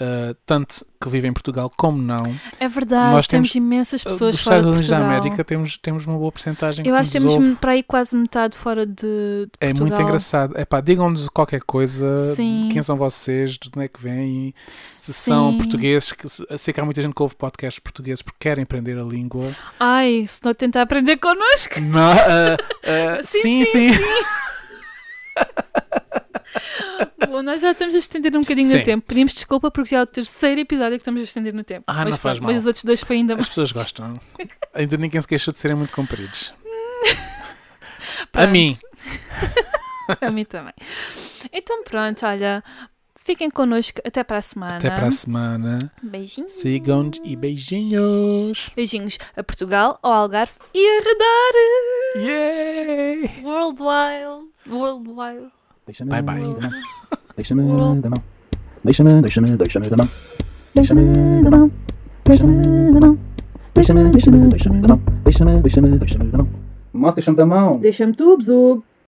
S1: ah, tanto que vivem em Portugal como não.
S2: É verdade,
S1: Nós
S2: temos,
S1: temos-
S2: imensas pessoas
S1: Dos
S2: fora
S1: Estados
S2: de
S1: Unidos da
S2: Portugal.
S1: América temos, temos uma boa porcentagem
S2: Eu acho que
S1: que nos
S2: temos
S1: ouve.
S2: para aí quase metade fora de, de
S1: É muito
S2: Portugal.
S1: engraçado. Epá, digam-nos qualquer coisa.
S2: Sim.
S1: Quem são vocês? De onde é que vêm? Se
S2: Sim.
S1: são portugueses. Que, se- eu sei que há muita gente que ouve podcasts portugueses porque querem aprender a língua.
S2: Ai, se não tentar
S1: *laughs*
S2: aprender connosco.
S1: Não, ah, ah, sim,
S2: Sim,
S1: sim,
S2: Bom, nós já estamos a estender um bocadinho no
S1: Sim.
S2: tempo. Pedimos desculpa porque já é o terceiro episódio que estamos a estender no tempo.
S1: Ah,
S2: mas,
S1: não faz
S2: pronto,
S1: mal.
S2: mas os outros dois foi ainda
S1: As
S2: mais.
S1: pessoas gostam. Ainda ninguém se queixou de serem muito compridos. a
S2: Pronto.
S1: mim.
S2: a mim também. Então pronto, olha, fiquem connosco até para a semana.
S1: Até para a semana.
S2: Beijinhos.
S1: Sigam-nos e beijinhos.
S2: Beijinhos a Portugal, ao Algarve e arredores.
S1: Yay!
S2: Worldwide. Worldwide.
S6: Deixa-me
S1: Bye, bye.
S6: da mão. Deixa-me da mão. Deixa-me, deixa-me, deixa-me da mão. Deixa-me da mão. Deixa-me da mão. Deixa-me, deixa-me, deixa-me da mão. Deixa-me, deixa-me, deixa-me da mão. Mas deixa-me da mão.
S7: Deixa-me tu, Bzug.